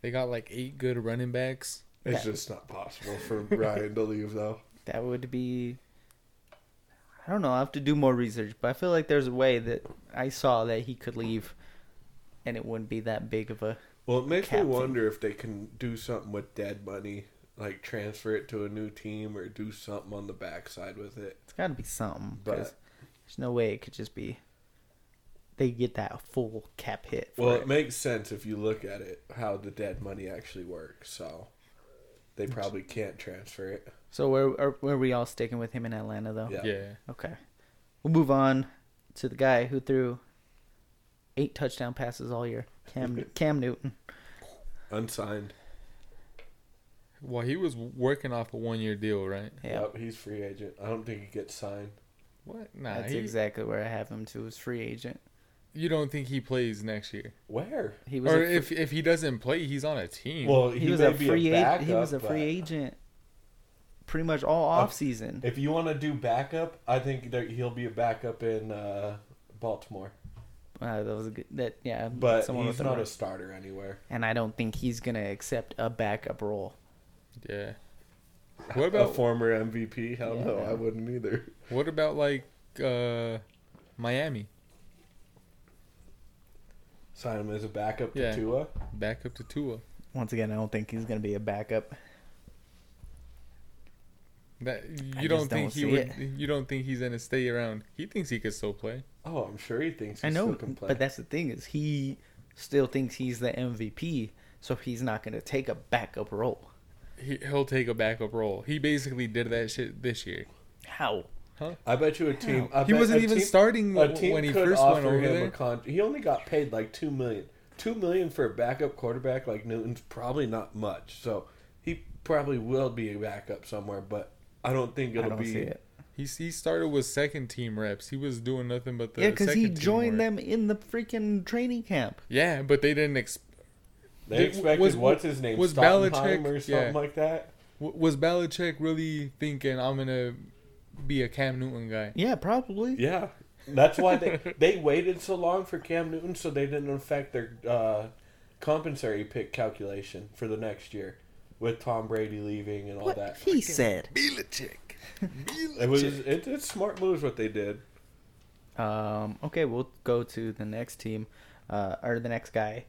Speaker 4: They got like eight good running backs.
Speaker 5: It's
Speaker 3: That-
Speaker 5: just not possible for Ryan to leave, though.
Speaker 3: that would be. I don't know. I have to do more research, but I feel like there's a way that I saw that he could leave, and it wouldn't be that big of a.
Speaker 5: Well, it makes
Speaker 3: Cap
Speaker 5: me
Speaker 3: thing.
Speaker 5: wonder if they can do something with dead money, like transfer it to a new team or do something on the backside with it.
Speaker 3: It's got to be something,
Speaker 5: But-
Speaker 3: 'cause there's no way it could just be. They get that full cap hit. for
Speaker 5: Well,
Speaker 3: it.
Speaker 5: it makes sense if you look at it how the dead money actually works. So they probably can't transfer it.
Speaker 3: So we're are, were we all sticking with him in Atlanta though?
Speaker 5: Yeah.
Speaker 4: Yeah.
Speaker 3: Okay. We'll move on to the guy who threw eight touchdown passes all year, Cam Cam Newton.
Speaker 5: Unsigned.
Speaker 4: Well, he was working off a one-year deal, right?
Speaker 3: Yeah.
Speaker 5: Yep, he's free agent. I don't think he gets signed.
Speaker 4: What? Nah.
Speaker 3: That's
Speaker 4: he,
Speaker 3: exactly where I have him to as free agent.
Speaker 4: You don't think he plays next year?
Speaker 5: Where?
Speaker 3: He was
Speaker 4: Or
Speaker 3: a fr-
Speaker 4: if if he doesn't play, he's on a team.
Speaker 5: Well,
Speaker 3: he, was a free agent. He was a
Speaker 5: but
Speaker 3: free agent pretty much all off season.
Speaker 5: If you want to do backup, I think that he'll be a backup in uh, Baltimore.
Speaker 3: Uh, that was a good that yeah,
Speaker 5: But he's
Speaker 3: with a
Speaker 5: not
Speaker 3: ring.
Speaker 5: a starter anywhere.
Speaker 3: and I don't think he's going to accept a backup role.
Speaker 4: yeah. What
Speaker 5: a
Speaker 4: about
Speaker 5: former MVP? Hell
Speaker 3: Yeah,
Speaker 5: no,
Speaker 3: no.
Speaker 5: I wouldn't either.
Speaker 4: what about like uh Miami?
Speaker 5: Sign him as a backup to
Speaker 4: Yeah.
Speaker 5: Tua.
Speaker 4: Back up to Tua.
Speaker 3: Once again, I don't think he's going to be a backup.
Speaker 4: That
Speaker 3: I
Speaker 4: you don't
Speaker 3: just don't
Speaker 4: think he
Speaker 3: see
Speaker 4: would?
Speaker 3: it.
Speaker 4: You don't think he's gonna stay around? He thinks he could still play.
Speaker 5: Oh, I'm sure he thinks he
Speaker 3: I know,
Speaker 5: still can play.
Speaker 3: but that's the thing is he still thinks he's the MVP, so he's not going to take a backup role.
Speaker 4: He, he'll take a backup role. He basically did that shit this year.
Speaker 3: How?
Speaker 5: I bet you a team. I
Speaker 4: He
Speaker 5: bet
Speaker 4: wasn't
Speaker 5: a
Speaker 4: even
Speaker 5: team-
Speaker 4: starting
Speaker 5: a
Speaker 4: w-
Speaker 5: team
Speaker 4: when he
Speaker 5: could
Speaker 4: first
Speaker 5: offer
Speaker 4: went over
Speaker 5: him
Speaker 4: there.
Speaker 5: A con- he only got paid like two million. Two million for a backup quarterback like Newton's probably not much. So he probably will be a backup somewhere, but I don't think it'll
Speaker 3: I don't
Speaker 5: be.
Speaker 3: see it.
Speaker 4: He he started with second team reps. He was doing nothing but the
Speaker 3: Yeah, because he
Speaker 4: second team
Speaker 3: joined
Speaker 4: work.
Speaker 3: them in the freaking training camp.
Speaker 4: Yeah, but they didn't. Ex-
Speaker 5: They
Speaker 4: Did-
Speaker 5: expected
Speaker 4: was-
Speaker 5: what's his name
Speaker 4: was
Speaker 5: Stoudemire
Speaker 4: Belichick-
Speaker 5: or something
Speaker 4: yeah.
Speaker 5: like that.
Speaker 4: w- was Belichick really thinking I'm gonna be a Cam Newton guy?
Speaker 3: Yeah, probably.
Speaker 5: Yeah, that's why they they waited so long for Cam Newton so they didn't affect their uh, compensatory pick calculation for the next year with Tom Brady leaving and all
Speaker 3: what
Speaker 5: that.
Speaker 3: he said.
Speaker 5: It was it, it's smart moves what they did.
Speaker 3: Um, okay, we'll go to the next team, uh, or the next guy.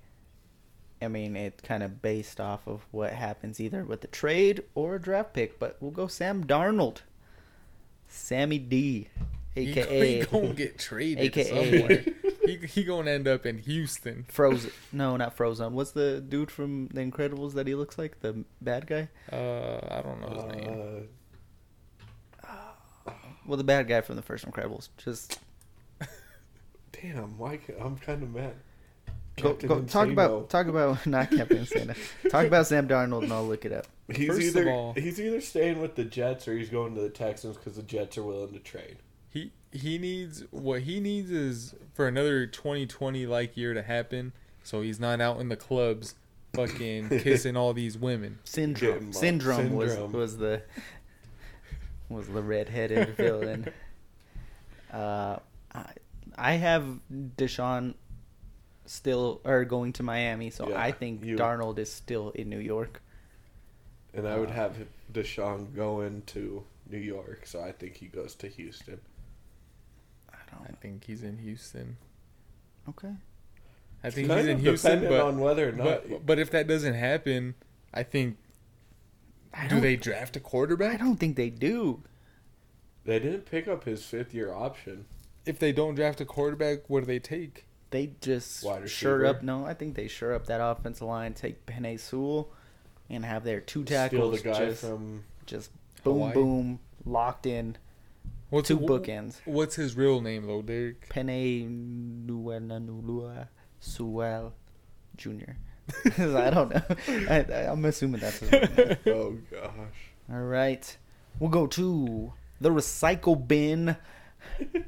Speaker 3: I mean, it kind of based off of what happens either with the trade or a draft pick, but we'll go Sam Darnold, Sammy D,
Speaker 4: He-
Speaker 3: aka
Speaker 4: he gonna get traded
Speaker 3: AKA.
Speaker 4: somewhere. he he gonna end up in Houston.
Speaker 3: Frozen. No, not Frozen. What's the dude from The Incredibles that he looks like? The bad guy?
Speaker 4: Uh, I don't know
Speaker 3: Oh,
Speaker 4: his name.
Speaker 5: Uh,
Speaker 3: Well, the bad guy from the first Incredibles. Just
Speaker 5: Damn, why ca- I'm kind of mad.
Speaker 3: go,
Speaker 5: Captain
Speaker 3: go talk
Speaker 5: Insano.
Speaker 3: about talk about not Captain Insano. talk about Sam Darnold, and I'll look it up.
Speaker 5: He's
Speaker 4: First of
Speaker 5: either
Speaker 4: all-
Speaker 5: he's either staying with the Jets or he's going to the Texans because the Jets are willing to trade.
Speaker 4: He he needs what he needs is for another 2020 like year to happen, so he's not out in the clubs, fucking kissing all these women.
Speaker 5: him
Speaker 3: Syndrome.
Speaker 5: up.
Speaker 3: Syndrome was
Speaker 5: Syndrome.
Speaker 3: was the was the redheaded villain. Uh, I, I have Deshaun still or going to Miami, so
Speaker 5: Yeah,
Speaker 3: I think
Speaker 5: you-
Speaker 3: Darnold is still in New York.
Speaker 5: And I would have Deshaun going to New York, so I think he goes to Houston.
Speaker 3: I don't.
Speaker 4: I think he's in Houston.
Speaker 3: Okay.
Speaker 4: I think
Speaker 5: Kind
Speaker 4: he's in
Speaker 5: of
Speaker 4: Houston,
Speaker 5: dependent
Speaker 4: but
Speaker 5: on whether or not.
Speaker 4: but, but if that doesn't happen, I think
Speaker 3: I
Speaker 4: do
Speaker 3: don't-
Speaker 4: they draft a
Speaker 3: I
Speaker 4: quarterback?
Speaker 3: don't think they do.
Speaker 5: They didn't pick up his fifth year option.
Speaker 4: If they don't draft a quarterback, what do they take?
Speaker 3: They just
Speaker 5: Wide
Speaker 3: sure
Speaker 5: receiver.
Speaker 3: up. No, I think they sure up that offensive line. Take Penny Sewell, and have their two
Speaker 5: Steal
Speaker 3: tackles
Speaker 5: the guy
Speaker 3: just
Speaker 5: from
Speaker 3: just boom
Speaker 4: Hawaii.
Speaker 3: boom locked in
Speaker 4: What's
Speaker 3: two
Speaker 4: wh-
Speaker 3: bookends.
Speaker 4: What's his real name though, Derek?
Speaker 3: Pene Nuenanulua Sewell Jr. I don't know. I, I, I'm assuming that's his name.
Speaker 5: oh gosh.
Speaker 3: All right. We'll go to the recycle bin.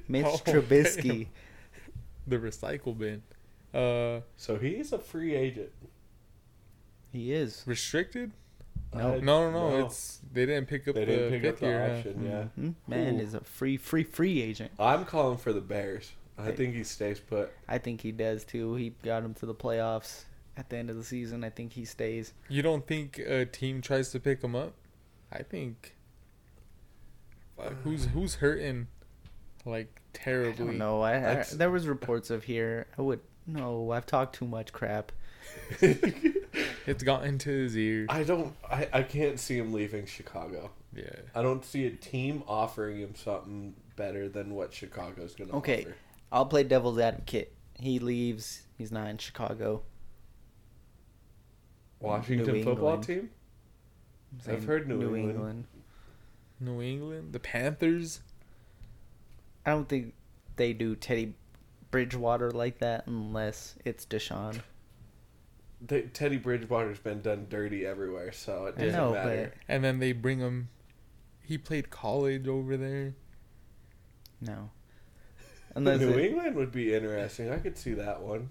Speaker 3: Mitch
Speaker 4: Oh,
Speaker 3: Trubisky.
Speaker 4: The recycle bin. Uh,
Speaker 5: So he's a free agent.
Speaker 3: He is.
Speaker 4: restricted?
Speaker 3: No.
Speaker 5: I-
Speaker 4: No, no, no. It's they didn't pick up
Speaker 5: they
Speaker 4: the
Speaker 5: didn't pick
Speaker 4: fifth
Speaker 5: up the
Speaker 4: year. huh?
Speaker 5: option. Yeah,
Speaker 3: Hmm? Man
Speaker 5: Ooh.
Speaker 3: is a free, free, free agent.
Speaker 5: I'm calling for the Bears. I
Speaker 3: Hey.
Speaker 5: think he stays put.
Speaker 3: I think he does too. He got him to the playoffs at the end of the season. I think he stays.
Speaker 4: You don't think a team tries to pick him up? I think. Fuck, who's who's hurting, like
Speaker 3: I
Speaker 4: terribly?
Speaker 3: don't know. I, I
Speaker 5: That's-
Speaker 3: there was reports of here. I would no. I've talked too much crap.
Speaker 4: It's gotten to his ear.
Speaker 5: I don't. I, I can't see him leaving Chicago.
Speaker 4: yeah.
Speaker 5: I don't see a team offering him something better than what Chicago's going to
Speaker 3: Okay.
Speaker 5: offer.
Speaker 3: I'll play devil's advocate. He leaves. He's not in Chicago.
Speaker 5: Washington
Speaker 3: New
Speaker 5: football
Speaker 3: England.
Speaker 5: team.
Speaker 3: I'm
Speaker 5: I've
Speaker 3: saying
Speaker 5: heard New England.
Speaker 4: New England, the Panthers.
Speaker 3: I don't think they do Teddy Bridgewater like that unless it's Deshaun.
Speaker 5: They, Teddy Bridgewater's been done dirty everywhere, so it
Speaker 3: I
Speaker 5: doesn't
Speaker 3: know,
Speaker 5: matter.
Speaker 4: And then they bring him. He played college over there.
Speaker 3: but no. Unless
Speaker 5: New
Speaker 3: it,
Speaker 5: England would be interesting. I could see that one.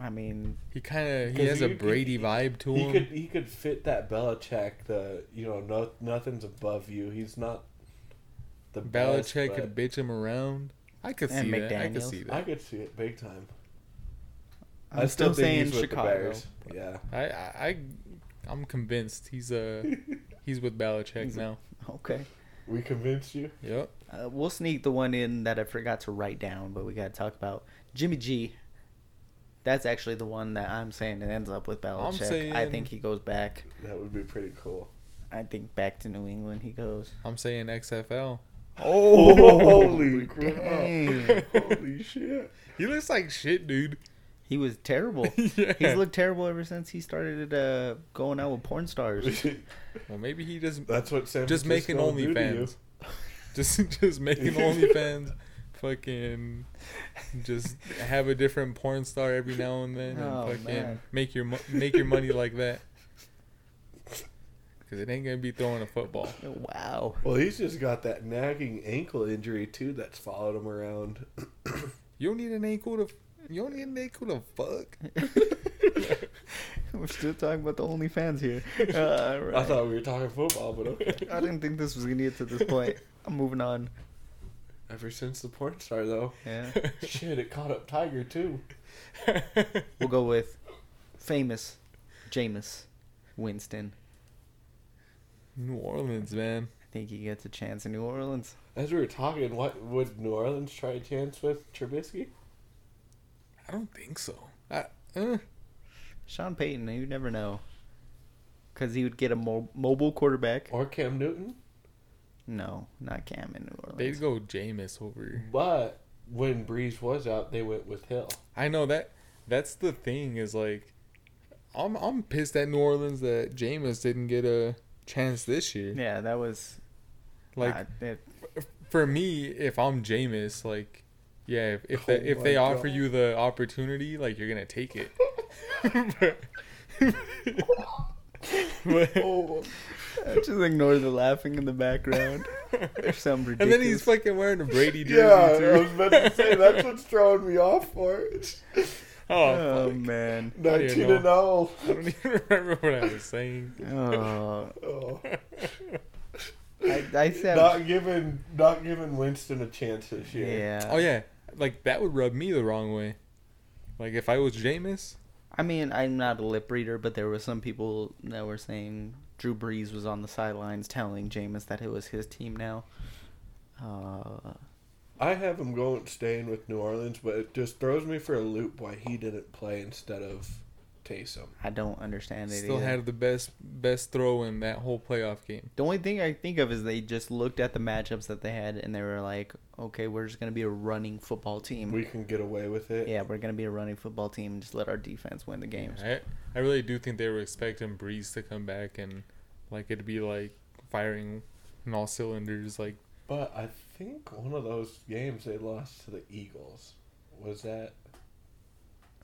Speaker 3: I mean,
Speaker 4: He kind of he
Speaker 5: 'Cause
Speaker 4: has
Speaker 5: you
Speaker 4: a
Speaker 5: could-
Speaker 4: Brady vibe to
Speaker 5: He
Speaker 4: him.
Speaker 5: could he could fit that Belichick. The you know no nothing's above you. He's not the best,
Speaker 4: Belichick
Speaker 5: but
Speaker 4: could bitch him around. I could
Speaker 3: And
Speaker 4: see that. I could
Speaker 3: McDaniels.
Speaker 4: see
Speaker 5: I
Speaker 4: that.
Speaker 5: could see it big time.
Speaker 3: I'm
Speaker 5: I
Speaker 3: still,
Speaker 5: think
Speaker 3: saying
Speaker 5: he's with the
Speaker 3: Chicago.
Speaker 5: Bears. Yeah.
Speaker 4: I, I, I I'm convinced he's uh he's with Belichick
Speaker 3: He's-
Speaker 4: now.
Speaker 3: Okay.
Speaker 5: We convinced you.
Speaker 4: Yep.
Speaker 3: Uh, we'll sneak the one in that I forgot to write down, but we got to talk about Jimmy G. That's actually the one that I'm saying it ends up with Belichick. I
Speaker 4: saying-
Speaker 3: think he goes back.
Speaker 5: That would be pretty cool.
Speaker 3: I think back to New England he goes.
Speaker 4: I'm saying XFL.
Speaker 5: Oh, holy crap.
Speaker 3: dang.
Speaker 5: Holy shit.
Speaker 4: He looks like shit, dude.
Speaker 3: He was terrible.
Speaker 4: Yeah.
Speaker 3: He's looked terrible ever since he started uh, going out with porn stars.
Speaker 4: Well, maybe he just
Speaker 5: That's what San
Speaker 4: just making
Speaker 5: Francisco will do to you.
Speaker 4: OnlyFans. Just just making OnlyFans. Fucking just have a different porn star every now and then, and
Speaker 3: Oh,
Speaker 4: fucking
Speaker 3: man.
Speaker 4: make your mo- make your money like that. Because it ain't gonna be throwing a football.
Speaker 3: wow.
Speaker 5: Well, he's just got that nagging ankle injury too that's followed him around.
Speaker 4: You don't need an ankle to. You don't need an ankle to fuck.
Speaker 3: We're still talking about the OnlyFans here. all right.
Speaker 5: I thought we were talking football, but okay.
Speaker 3: I didn't think this was gonna get to this point. I'm moving on.
Speaker 5: Ever since the porn star though,
Speaker 3: Yeah,
Speaker 5: shit, it caught up Tiger too.
Speaker 3: we'll go with famous Jameis Winston.
Speaker 4: New Orleans, man.
Speaker 3: I think he gets a chance in New Orleans.
Speaker 5: As we were talking, what would New Orleans try a chance with Trubisky?
Speaker 4: I don't think so. I, uh,
Speaker 3: Sean Payton, you never know, because he would get a mo- mobile quarterback.
Speaker 5: or Cam Newton.
Speaker 3: No, not Cam in New Orleans.
Speaker 4: they'd go Jameis over.
Speaker 5: But when Breeze was out, they went with Hill.
Speaker 4: I know that. That's the thing is like, I'm I'm pissed at New Orleans that Jameis didn't get a chance this year.
Speaker 3: Yeah, that was
Speaker 4: Like
Speaker 3: uh, it-
Speaker 4: for me, if I'm Jameis, like, yeah, if if,
Speaker 5: Oh
Speaker 4: the, if
Speaker 5: my
Speaker 4: they offer
Speaker 5: God.
Speaker 4: you the opportunity, like you're gonna take it. But-
Speaker 5: Oh,
Speaker 3: I just ignore the laughing in the background. There's some ridiculous.
Speaker 4: and then he's fucking wearing a Brady jersey
Speaker 5: yeah, I
Speaker 4: too.
Speaker 5: was about to say that's what's throwing me off for it.
Speaker 3: Oh
Speaker 4: oh,
Speaker 3: man.
Speaker 5: Nineteen
Speaker 4: know.
Speaker 5: and oh. zero.
Speaker 4: I don't even remember what I was saying.
Speaker 3: Oh,
Speaker 5: Oh.
Speaker 3: I, I said.
Speaker 5: Not giving, not giving Winston a chance this year.
Speaker 3: yeah.
Speaker 4: Oh yeah, like that would rub me the wrong way. Like if I was Jameis,
Speaker 3: I mean, I'm not a lip reader, but there were some people that were saying Drew Brees was on the sidelines telling Jameis that it was his team now. Uh,
Speaker 5: I have him going staying with New Orleans, but it just throws me for a loop why he didn't play instead of Taysom.
Speaker 3: I don't understand it.
Speaker 4: Still
Speaker 3: either.
Speaker 4: had the best best throw in that whole playoff game.
Speaker 3: The only thing I think of is they just looked at the matchups that they had and they were like, okay, we're just going to be a running football team.
Speaker 5: We can get away with it.
Speaker 3: yeah, we're going to be a running football team and just let our defense win the games.
Speaker 4: I I really do think they were expecting Breeze to come back and like it'd be like firing on all cylinders. Like
Speaker 5: But I think one of those games they lost to the Eagles was that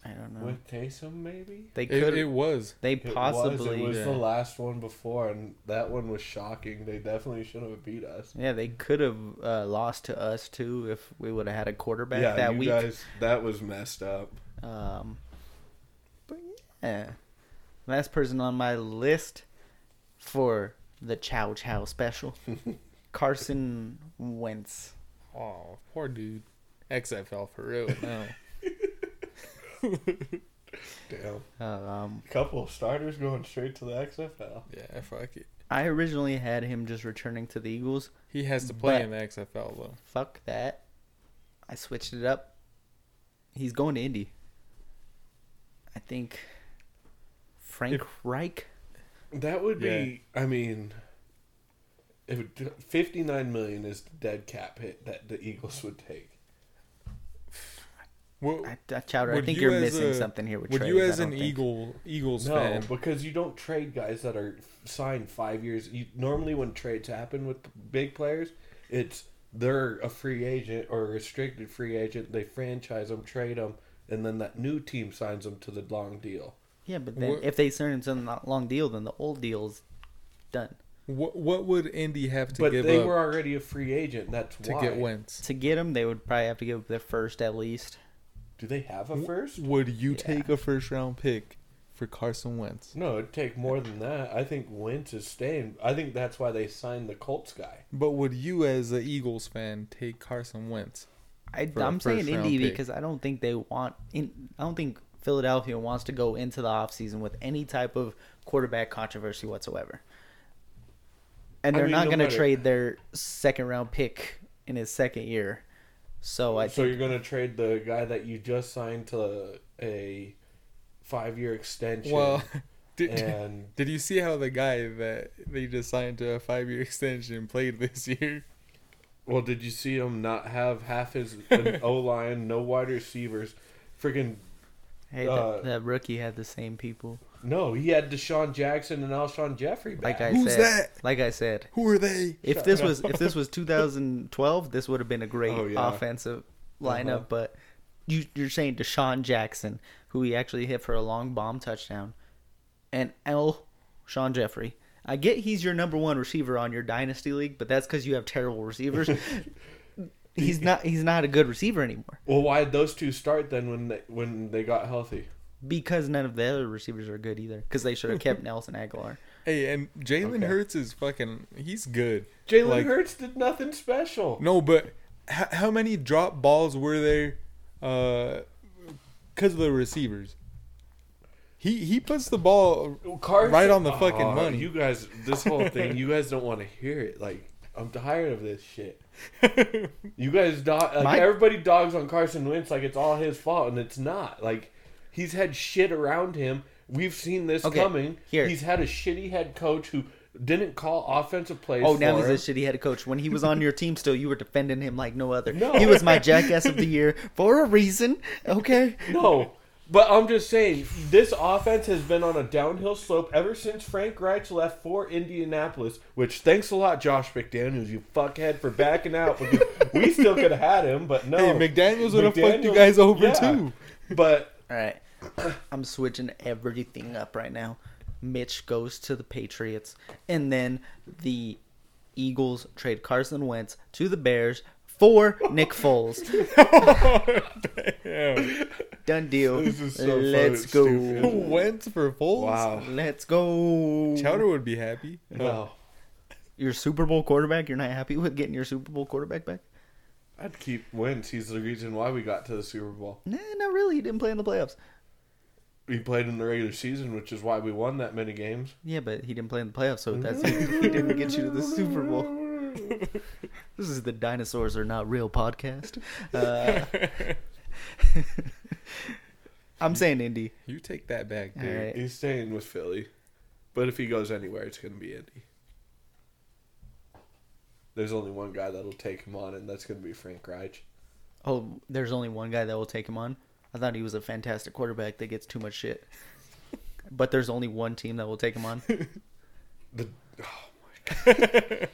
Speaker 3: I don't know.
Speaker 5: with Taysom maybe.
Speaker 3: They
Speaker 4: it,
Speaker 3: could.
Speaker 4: it was.
Speaker 3: They
Speaker 5: It was.
Speaker 3: possibly.
Speaker 5: It was
Speaker 4: yeah.
Speaker 5: the last one before, and that one was shocking. They definitely should have beat us.
Speaker 3: Yeah, they could have uh, lost to us too if we would have had a quarterback
Speaker 5: yeah,
Speaker 3: that
Speaker 5: you
Speaker 3: week.
Speaker 5: guys, that was messed up.
Speaker 3: Um, but yeah, last person on my list for the Chow Chow special, Carson Wentz.
Speaker 4: Oh, poor dude. XFL for real. No.
Speaker 5: Damn,
Speaker 3: Um,
Speaker 5: couple of starters going straight to the XFL.
Speaker 4: yeah, fuck it.
Speaker 3: I originally had him just returning to the Eagles.
Speaker 4: He has to play
Speaker 3: But-
Speaker 4: in the XFL though.
Speaker 3: Fuck that. I switched it up. He's going to Indy. I think Frank Reich.
Speaker 5: That would be. I mean, it would, fifty-nine million is the dead cap hit that the Eagles would take.
Speaker 4: Well,
Speaker 3: I, I, Chowder, I
Speaker 4: would
Speaker 3: think
Speaker 4: you
Speaker 3: you're
Speaker 4: as
Speaker 3: missing
Speaker 4: a-
Speaker 3: something here with
Speaker 4: Would
Speaker 3: trades,
Speaker 4: you
Speaker 3: I
Speaker 4: as
Speaker 3: don't
Speaker 4: an
Speaker 3: think.
Speaker 4: Eagle Eagles
Speaker 5: No,
Speaker 4: fan?
Speaker 5: because you don't trade guys that are signed five years. You, normally, when trades happen with big players, it's they're a free agent or a restricted free agent. They franchise them, trade them, and then that new team signs them to the long deal.
Speaker 3: Yeah, but then
Speaker 4: Wha-
Speaker 3: if they sign him to the long deal, then the old deal's done.
Speaker 4: What what would Indy have to
Speaker 5: but
Speaker 4: give
Speaker 5: they
Speaker 4: up
Speaker 5: were already a free agent. That's
Speaker 4: to
Speaker 5: why.
Speaker 4: get Wentz?
Speaker 3: To get him, they would probably have to give up their first at least.
Speaker 5: Do they have a first?
Speaker 4: Would you
Speaker 3: Yeah.
Speaker 4: take a first round pick for Carson Wentz?
Speaker 5: No, it'd take more than that. I think Wentz is staying. I think that's why they signed the Colts guy.
Speaker 4: But would you as an Eagles fan take Carson Wentz?
Speaker 3: I,
Speaker 4: For a
Speaker 3: I'm saying
Speaker 4: first-round
Speaker 3: Indy
Speaker 4: pick.
Speaker 3: because I don't think they want. In, I don't think Philadelphia wants to go into the offseason with any type of quarterback controversy whatsoever. And
Speaker 5: I
Speaker 3: they're
Speaker 5: mean,
Speaker 3: not
Speaker 5: no
Speaker 3: going to
Speaker 5: matter-
Speaker 3: trade their second round pick in his second year. So I
Speaker 5: so
Speaker 3: think
Speaker 5: you're going to trade the guy that you just signed to a five year extension.
Speaker 4: Well, did,
Speaker 5: and
Speaker 4: did you see how the guy that they just signed to a five year extension played this year?
Speaker 5: Well, did you see him not have half his O line, no wide receivers? Freaking
Speaker 3: hey,
Speaker 5: uh,
Speaker 3: that, that rookie had the same people.
Speaker 5: no, he had Deshaun Jackson and Alshon Jeffrey
Speaker 3: Like
Speaker 5: back.
Speaker 3: I
Speaker 4: Who's
Speaker 3: said,
Speaker 4: that?
Speaker 3: like I said,
Speaker 4: Who are they?
Speaker 3: If
Speaker 5: Shut
Speaker 3: this
Speaker 5: up.
Speaker 3: was if this was 2012, this would have been a great
Speaker 5: Oh, yeah.
Speaker 3: offensive lineup.
Speaker 5: Uh-huh.
Speaker 3: But you, you're saying Deshaun Jackson, who he actually hit for a long bomb touchdown, and L. Sean Jeffrey. I get he's your number one receiver on your dynasty league, but that's because you have terrible receivers. he's not he's not a good receiver anymore
Speaker 5: well, why did those two start then when they when they got healthy?
Speaker 3: because none of the other receivers are good either. Because they should have kept Nelson Aguilar.
Speaker 4: Hey, and Jalen
Speaker 5: Okay.
Speaker 4: Hurts is fucking. He's good.
Speaker 5: Jalen
Speaker 4: Like,
Speaker 5: Hurts did nothing special.
Speaker 4: No, but h- how many drop balls were there because of the receivers? He he puts the ball.
Speaker 5: Carson-
Speaker 4: Right on the fucking
Speaker 5: Aw,
Speaker 4: money.
Speaker 5: You guys, this whole thing, you guys don't want to hear it. Like I'm tired of this shit. You guys, do- like
Speaker 3: My-
Speaker 5: everybody dogs on Carson Wentz like it's all his fault, and it's not. Like he's had shit around him. We've seen this
Speaker 3: Okay,
Speaker 5: coming.
Speaker 3: here.
Speaker 5: He's had a shitty head coach who didn't call offensive plays.
Speaker 3: Oh, now
Speaker 5: for
Speaker 3: he's
Speaker 5: him.
Speaker 3: a shitty head coach. When he was on your team still, you were defending him like no other.
Speaker 5: No.
Speaker 3: He was my jackass of the year for a reason. Okay.
Speaker 5: No, but I'm just saying this offense has been on a downhill slope ever since Frank Reich left for Indianapolis. Which thanks a lot, Josh McDaniels, you fuckhead, for backing out. Because we still could have had him, but no.
Speaker 4: Hey, McDaniels would have fucked you
Speaker 5: McDaniels-
Speaker 4: guys over
Speaker 5: yeah,
Speaker 4: too.
Speaker 5: But
Speaker 3: All right. I'm switching everything up right now. Mitch goes to the Patriots, and then the Eagles trade Carson Wentz to the Bears for Nick Foles.
Speaker 4: Damn.
Speaker 3: Done deal.
Speaker 5: This is so fun
Speaker 3: Let's
Speaker 5: and
Speaker 3: go.
Speaker 5: stupid.
Speaker 4: Wentz for Foles.
Speaker 5: Wow.
Speaker 3: Let's go.
Speaker 4: Chowder would be happy.
Speaker 5: No,
Speaker 3: Your Super Bowl quarterback. You're not happy with getting your Super Bowl quarterback back?
Speaker 5: I'd keep Wentz. He's the reason why we got to the Super Bowl.
Speaker 3: Nah, not really. He didn't play in the playoffs.
Speaker 5: We played in the regular season, which is why we won that many games.
Speaker 3: Yeah, but he didn't play in the playoffs, so that's he didn't get you to the Super Bowl. This is the dinosaurs are not real podcast. Uh, I'm saying Indy.
Speaker 4: You take that back,
Speaker 3: All
Speaker 4: dude.
Speaker 3: right.
Speaker 5: He's staying with Philly, but if he goes anywhere, it's gonna be Indy. There's only one guy that'll take him on, and that's gonna be Frank Reich.
Speaker 3: Oh, there's only one guy that will take him on. I thought he was a fantastic quarterback that gets too much shit. But there's only one team that will take him on.
Speaker 5: The oh my god,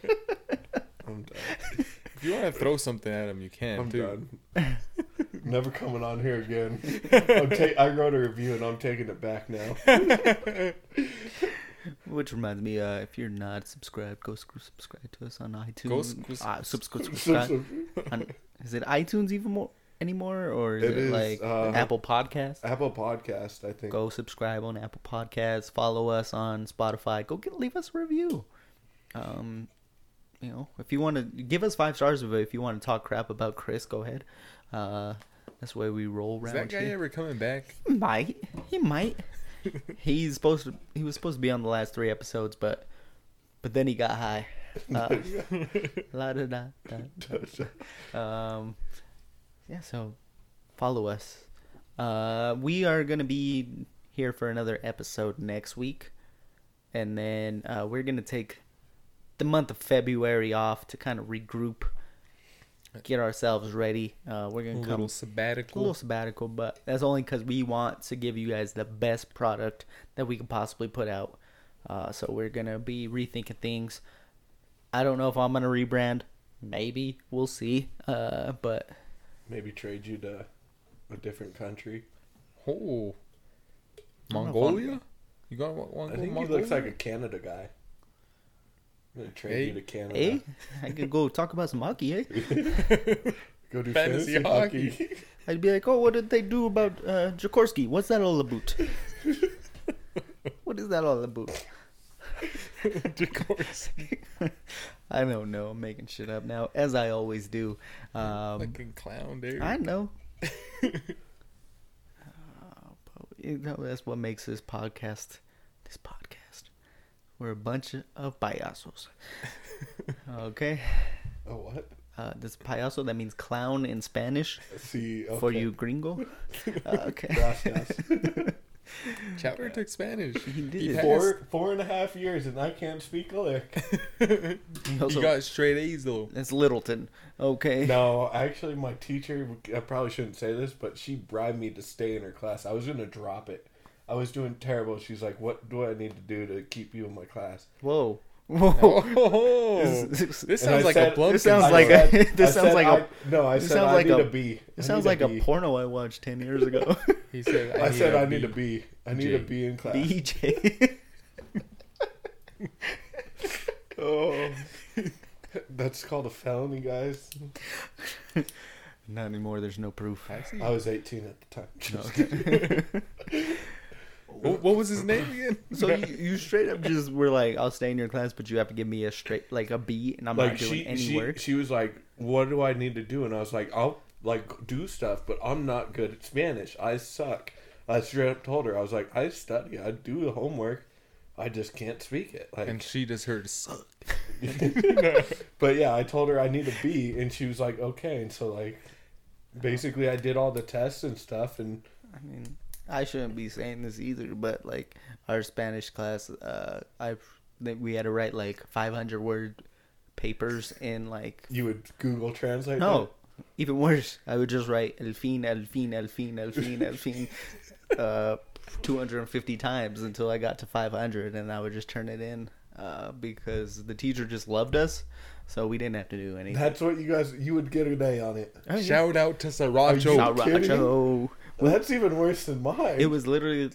Speaker 5: I'm done.
Speaker 4: If you want to throw something at him, you can.
Speaker 5: I'm
Speaker 4: too.
Speaker 5: done. Never coming on here again. I'm ta- I wrote a review and I'm taking it back now.
Speaker 3: Which reminds me, uh, if you're not subscribed, go sc- subscribe to us on iTunes.
Speaker 4: Go sc-
Speaker 3: uh, subscribe.
Speaker 5: So- so-
Speaker 3: subscribe. on, is it iTunes even more anymore, or is it,
Speaker 5: It is,
Speaker 3: like
Speaker 5: uh,
Speaker 3: Apple Podcasts?
Speaker 5: Apple Podcast, I think.
Speaker 3: Go subscribe on Apple Podcasts. Follow us on Spotify. Go get leave us a review. Um, you know, if you want to give us five stars of it, if you want to talk crap about Chris, go ahead. Uh, that's the way we roll
Speaker 4: Is
Speaker 3: around
Speaker 4: that guy
Speaker 3: here.
Speaker 4: ever coming back?
Speaker 3: He might. He might. He's supposed to. He was supposed to be on the last three episodes, but but then he got high. Uh, la da da da. Um, yeah. So follow us. Uh, we are gonna be here for another episode next week, and then uh, we're gonna take the month of February off to kind of regroup, get ourselves ready. Uh, we're
Speaker 4: A
Speaker 3: gonna come
Speaker 4: little
Speaker 3: a
Speaker 4: sabbatical.
Speaker 3: little sabbatical, but that's only because we want to give you guys the best product that we could possibly put out. Uh, so we're gonna be rethinking things. I don't know if I'm gonna rebrand. Maybe we'll see. Uh, but
Speaker 5: Maybe trade you to a different country.
Speaker 4: Oh,
Speaker 3: don't know if
Speaker 4: Mongolia. You got one? one
Speaker 5: I think
Speaker 4: Mongolia?
Speaker 5: he looks like a Canada guy. I'm gonna trade
Speaker 4: Hey.
Speaker 5: you to Canada.
Speaker 3: eh, I could go talk about some hockey. Eh,
Speaker 5: Go do
Speaker 4: Fantasy
Speaker 5: fantasy, hockey.
Speaker 3: I'd be like, oh, what did they do about uh, Jaworski? What's that all about? what is that all about? I don't know. I'm making shit up now, as I always do. Um,
Speaker 4: Fucking clown, dude.
Speaker 3: I know. Uh, but, Oh, you know, that's what makes this podcast. This podcast. We're a bunch of payasos. okay.
Speaker 5: Oh what?
Speaker 3: Uh, this payaso that means clown in Spanish
Speaker 5: See okay.
Speaker 3: for you gringo. Uh, okay.
Speaker 5: Gracias.
Speaker 4: Chowder took Spanish.
Speaker 3: He did.
Speaker 4: He, passed.
Speaker 5: Four four and a half years and I can't speak a lick.
Speaker 3: He
Speaker 4: he
Speaker 3: also-
Speaker 4: got straight A's though.
Speaker 3: that's Littleton. Okay.
Speaker 5: No, actually, my teacher, I probably shouldn't say this, but she bribed me to stay in her class. I was going to drop it. I was doing terrible. She's like, What do I need to do to keep you in my class?
Speaker 3: Whoa. Whoa.
Speaker 4: Oh,
Speaker 3: This-
Speaker 4: this
Speaker 5: And I
Speaker 4: sounds like a
Speaker 5: said-
Speaker 4: blumpkin.
Speaker 3: this sounds
Speaker 5: I
Speaker 3: like a-
Speaker 5: said-
Speaker 3: this
Speaker 5: I
Speaker 3: sounds
Speaker 5: said
Speaker 3: like a-
Speaker 5: I- No, I
Speaker 3: this
Speaker 5: said,
Speaker 3: sounds
Speaker 5: I
Speaker 3: like
Speaker 5: need
Speaker 3: a-
Speaker 5: a B.
Speaker 3: It
Speaker 5: I
Speaker 3: sounds
Speaker 5: need
Speaker 3: like
Speaker 5: B.
Speaker 3: a porno I watched 10 years ago.
Speaker 4: He said,
Speaker 5: I said,
Speaker 4: a
Speaker 5: I need
Speaker 4: B."
Speaker 5: a B. I need
Speaker 4: J.
Speaker 5: a B in class.
Speaker 3: DJ.
Speaker 5: Oh. That's called a felony, guys.
Speaker 3: Not anymore. There's no proof.
Speaker 4: I see.
Speaker 5: I was 18 at the time.
Speaker 4: What, what was his name again?
Speaker 3: So you, you straight up just were like, I'll stay in your class, but you have to give me a straight like a B, and I'm
Speaker 5: like
Speaker 3: not doing
Speaker 5: she
Speaker 3: any
Speaker 5: she,
Speaker 3: work.
Speaker 5: she was like what do i need to do and i was like i'll like do stuff but i'm not good at spanish i suck i straight up told her i was like i study i do the homework i just can't speak it like
Speaker 4: and she just heard suck.
Speaker 5: but yeah i told her i need a b and she was like okay and so like basically i did all the tests and stuff and
Speaker 3: I mean, I shouldn't be saying this either, but like our Spanish class, uh, I that we had to write like 500 word papers in like
Speaker 5: you would google translate
Speaker 3: no, even worse. I would just write el fin, el fin, el fin, el fin, el fin, uh, 250 times until I got to 500, and I would just turn it in uh, because the teacher just loved us, so we didn't have to do
Speaker 5: that?
Speaker 3: anything.
Speaker 5: that's what you guys you would get an a on it
Speaker 4: Shout out to
Speaker 5: Are you
Speaker 4: Sriracha.
Speaker 5: not- kidding?
Speaker 3: Sriracha.
Speaker 5: that's even worse than mine
Speaker 3: It was literally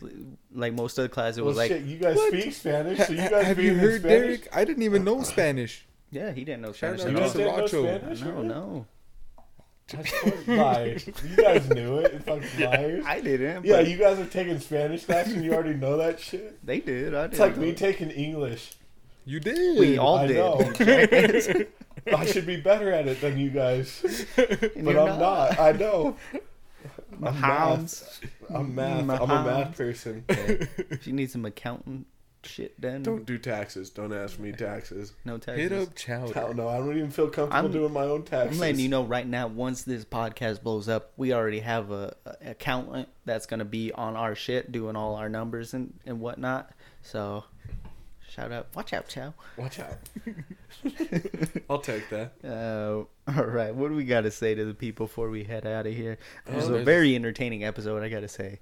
Speaker 3: like most of the class. It
Speaker 5: well,
Speaker 3: was like,
Speaker 5: shit, you guys speak Spanish, so you
Speaker 4: Ha-
Speaker 5: guys
Speaker 4: have
Speaker 5: speak
Speaker 4: you
Speaker 5: in
Speaker 4: heard
Speaker 5: Spanish?
Speaker 4: Derek? I didn't even
Speaker 5: Uh,
Speaker 4: know Spanish.
Speaker 3: yeah, he didn't know
Speaker 4: Shout
Speaker 3: Spanish
Speaker 4: out
Speaker 5: You
Speaker 3: at
Speaker 5: guys
Speaker 3: all.
Speaker 4: to
Speaker 5: didn't know
Speaker 4: Sriracha.
Speaker 5: Spanish?
Speaker 3: No,
Speaker 5: really?
Speaker 3: no,
Speaker 5: Liar. You guys knew it. Fucking liars.
Speaker 3: I didn't.
Speaker 5: Yeah,
Speaker 3: but
Speaker 5: you guys are taking Spanish class and you already know that shit.
Speaker 3: they did. I didn't.
Speaker 5: It's like me
Speaker 3: know.
Speaker 5: taking English.
Speaker 4: You did.
Speaker 3: we all
Speaker 5: I
Speaker 3: did.
Speaker 5: know.
Speaker 3: and
Speaker 5: I should be better at it than you guys, but
Speaker 3: you're
Speaker 5: I'm not. I know. I'm
Speaker 3: Hans. Mm, uh-huh.
Speaker 5: math. I'm math. I'm a math person.
Speaker 3: If you need some accountant shit done.
Speaker 5: Don't do taxes. Don't ask me taxes.
Speaker 3: no taxes.
Speaker 4: Hit up Chowder.
Speaker 5: Hell no, I don't even feel comfortable
Speaker 3: I'm-
Speaker 5: doing my own taxes.
Speaker 3: I'm letting you know right now. Once this podcast blows up, we already have a, a accountant that's gonna be on our shit, doing all our numbers and and whatnot. So, shout out, watch out, Chow.
Speaker 5: Watch out. I'll take that.
Speaker 3: Uh, all right, what do we got to say to the people before we head out of here? It was a
Speaker 4: there's-
Speaker 3: very entertaining episode, I got to say.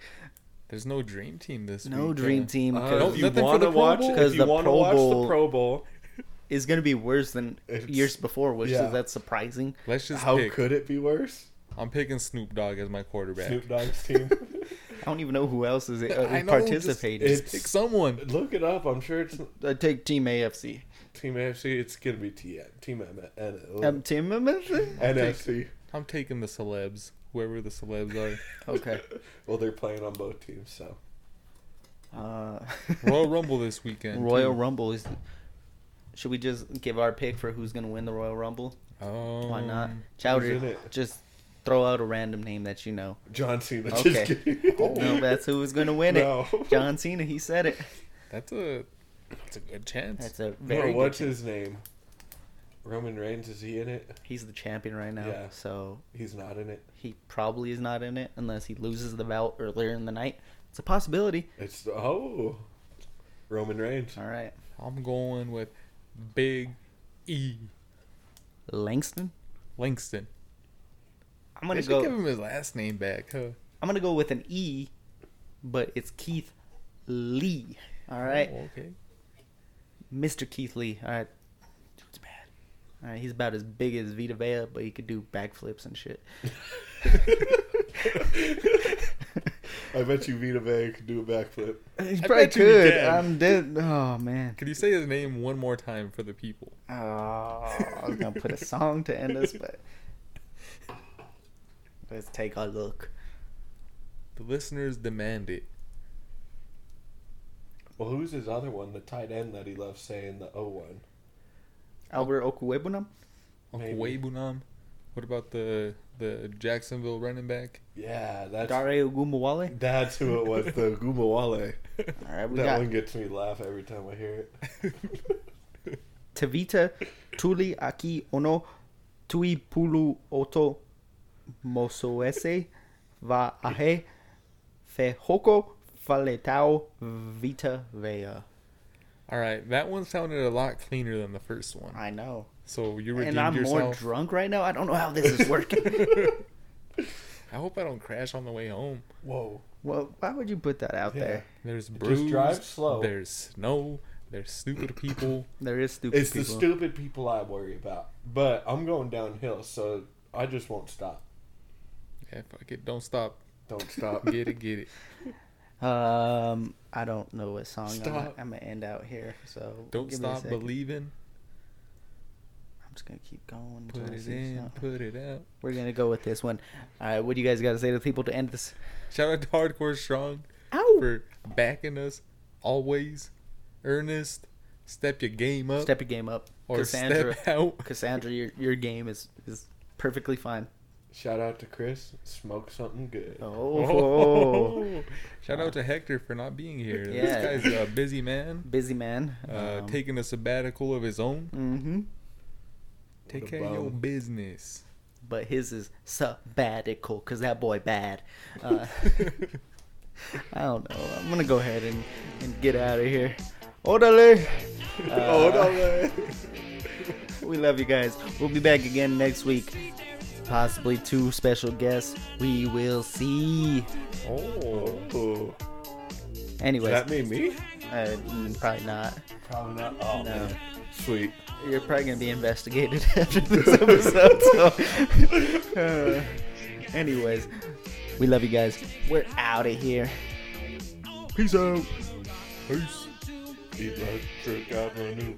Speaker 4: There's no dream team this week.
Speaker 3: No
Speaker 4: uh,
Speaker 3: dream team
Speaker 5: Uh,
Speaker 3: 'cause
Speaker 4: no,
Speaker 5: if you
Speaker 4: nothing for
Speaker 5: want
Speaker 4: the
Speaker 5: to
Speaker 4: Pro
Speaker 5: watch,
Speaker 4: Bowl?
Speaker 5: it,
Speaker 3: Because
Speaker 5: if
Speaker 3: the
Speaker 5: you want to
Speaker 3: Pro
Speaker 5: watch
Speaker 3: Bowl-
Speaker 5: the Pro Bowl,
Speaker 3: is going to be worse than
Speaker 5: It's-
Speaker 3: years before, which
Speaker 5: yeah.
Speaker 3: is that's surprising.
Speaker 4: Let's just
Speaker 5: how
Speaker 4: pick.
Speaker 5: could it be worse?
Speaker 4: I'm picking Snoop Dogg as my quarterback.
Speaker 5: Snoop Dogg's team.
Speaker 3: I don't even know who else is uh,
Speaker 4: I know,
Speaker 3: participating.
Speaker 5: just-
Speaker 4: Just pick someone.
Speaker 5: Look it up. I'm sure it's
Speaker 3: I take Team AFC.
Speaker 5: Team AFC. It's gonna be T- Team M- N-
Speaker 3: Um, team AFC?
Speaker 5: NFC.
Speaker 4: I'm taking the celebs, whoever the celebs are.
Speaker 3: Okay.
Speaker 5: Well, they're playing on both teams, so
Speaker 3: Uh,
Speaker 4: Royal Rumble this weekend.
Speaker 3: Royal
Speaker 4: too.
Speaker 3: Rumble is. Should we just give our pick for who's going to win the Royal Rumble?
Speaker 4: Oh,
Speaker 3: Why not?
Speaker 5: Mm. in
Speaker 3: Chowder,
Speaker 5: it?
Speaker 3: just throw out a random name that you know.
Speaker 5: John Cena.
Speaker 3: Okay. Oh,
Speaker 5: Just kidding.
Speaker 3: No, that's who was going to win
Speaker 5: Oh. No.
Speaker 3: it. John Cena, he said it.
Speaker 4: That's a that's a good chance.
Speaker 3: That's a
Speaker 5: Bro,
Speaker 3: very good
Speaker 5: what's
Speaker 3: team.
Speaker 5: his name? Roman Reigns. Is he in it?
Speaker 3: He's the champion right now,
Speaker 5: Yeah.
Speaker 3: so
Speaker 5: He's not in it.
Speaker 3: he probably is not in it unless he loses the bout earlier in the night. It's a possibility.
Speaker 5: It's oh, Roman Reigns.
Speaker 3: All right,
Speaker 4: I'm going with Big E
Speaker 3: Langston.
Speaker 4: Langston.
Speaker 3: I'm
Speaker 4: They
Speaker 3: gonna
Speaker 4: should
Speaker 3: go.
Speaker 4: give him his last name back, huh?
Speaker 3: I'm gonna go with an E, but it's Keith Lee. All right,
Speaker 4: Oh, okay.
Speaker 3: Mr. Keith Lee. All right, dude's bad. All right, he's about as big as Vita Vea, but he could do backflips and shit.
Speaker 5: I bet you Vita Vea could do a backflip.
Speaker 3: He
Speaker 4: probably bet you he could. can.
Speaker 3: I'm
Speaker 4: I'm
Speaker 3: dead. Oh man.
Speaker 4: Could you say his name one more time for the people?
Speaker 3: Oh, I was gonna put a song to end us, but let's take a look.
Speaker 4: The listeners demand it.
Speaker 5: Well, who's his other one? The tight end that he loves saying the O one.
Speaker 3: Albert Okuwebunam.
Speaker 4: Uncle
Speaker 5: Maybe.
Speaker 4: Waybunam. What about the the Jacksonville running back?
Speaker 5: Yeah, that's
Speaker 3: Dare Ogumawale.
Speaker 5: that's who it was. The Gumawale.
Speaker 3: All right, we
Speaker 5: That
Speaker 3: got
Speaker 5: one gets me laugh every time I hear it.
Speaker 3: Tavita Tuli Aki Ono Tui Pulu Oto Mosoese Va Ahe Fehoko Faletao Vita Vea.
Speaker 4: All right, that one sounded a lot cleaner than the first one.
Speaker 3: I know.
Speaker 4: So you redeemed
Speaker 3: And I'm more
Speaker 4: yourself.
Speaker 3: drunk right now. I don't know how this is working.
Speaker 4: I hope I don't crash on the way home.
Speaker 5: Whoa.
Speaker 3: well, why would you put that out
Speaker 5: Yeah.
Speaker 3: there?
Speaker 4: There's bruise.
Speaker 5: Just drive slow.
Speaker 4: There's snow. There's stupid people.
Speaker 3: There is stupid
Speaker 5: It's the
Speaker 3: people.
Speaker 5: stupid people I worry about. But I'm going downhill, so I just won't stop.
Speaker 4: Yeah, fuck it. Don't stop.
Speaker 5: Don't stop.
Speaker 4: Get it, get it.
Speaker 3: um, I don't know what song I'm gonna,
Speaker 5: Stop.
Speaker 3: I'm gonna end out here. So
Speaker 4: Don't
Speaker 3: give me a
Speaker 4: stop
Speaker 3: second.
Speaker 4: believing.
Speaker 3: I'm just gonna keep going. until
Speaker 4: Put
Speaker 3: I
Speaker 4: it
Speaker 3: see
Speaker 4: in.
Speaker 3: something.
Speaker 4: Put it out.
Speaker 3: We're gonna go with this one. All right, what do you guys got to say to the people to end this?
Speaker 4: Shout out to Hardcore Strong
Speaker 3: Ow!
Speaker 4: for backing us always. Ernest, step your game up
Speaker 3: Step your game up,
Speaker 4: or
Speaker 3: Cassandra.
Speaker 4: step out.
Speaker 3: Cassandra, your your game is is perfectly fine.
Speaker 5: Shout out to Chris. Smoke something good.
Speaker 3: Oh,
Speaker 4: Shout out to Hector for not being here.
Speaker 3: Yeah. Um,
Speaker 4: This guy's a busy man,
Speaker 3: busy man.
Speaker 4: uh, taking a sabbatical of his own.
Speaker 3: hmm
Speaker 4: Take
Speaker 5: a
Speaker 4: care of your
Speaker 5: bum.
Speaker 4: business.
Speaker 3: But his is sabbatical because that boy bad. Uh, I don't know. I'm gonna go ahead and, and get out of here. Orderly. Uh,
Speaker 5: Oh, no way.
Speaker 3: We love you guys. We'll be back again next week. Possibly two special guests. We will see.
Speaker 5: Oh.
Speaker 3: Anyways,
Speaker 5: Does that mean me?
Speaker 3: uh, mm, probably not.
Speaker 5: Probably not. Oh, man. Sweet.
Speaker 3: You're probably gonna be investigated after this episode. So, uh, anyways, we love you guys. We're out of here.
Speaker 5: Eat like Trick Avenue.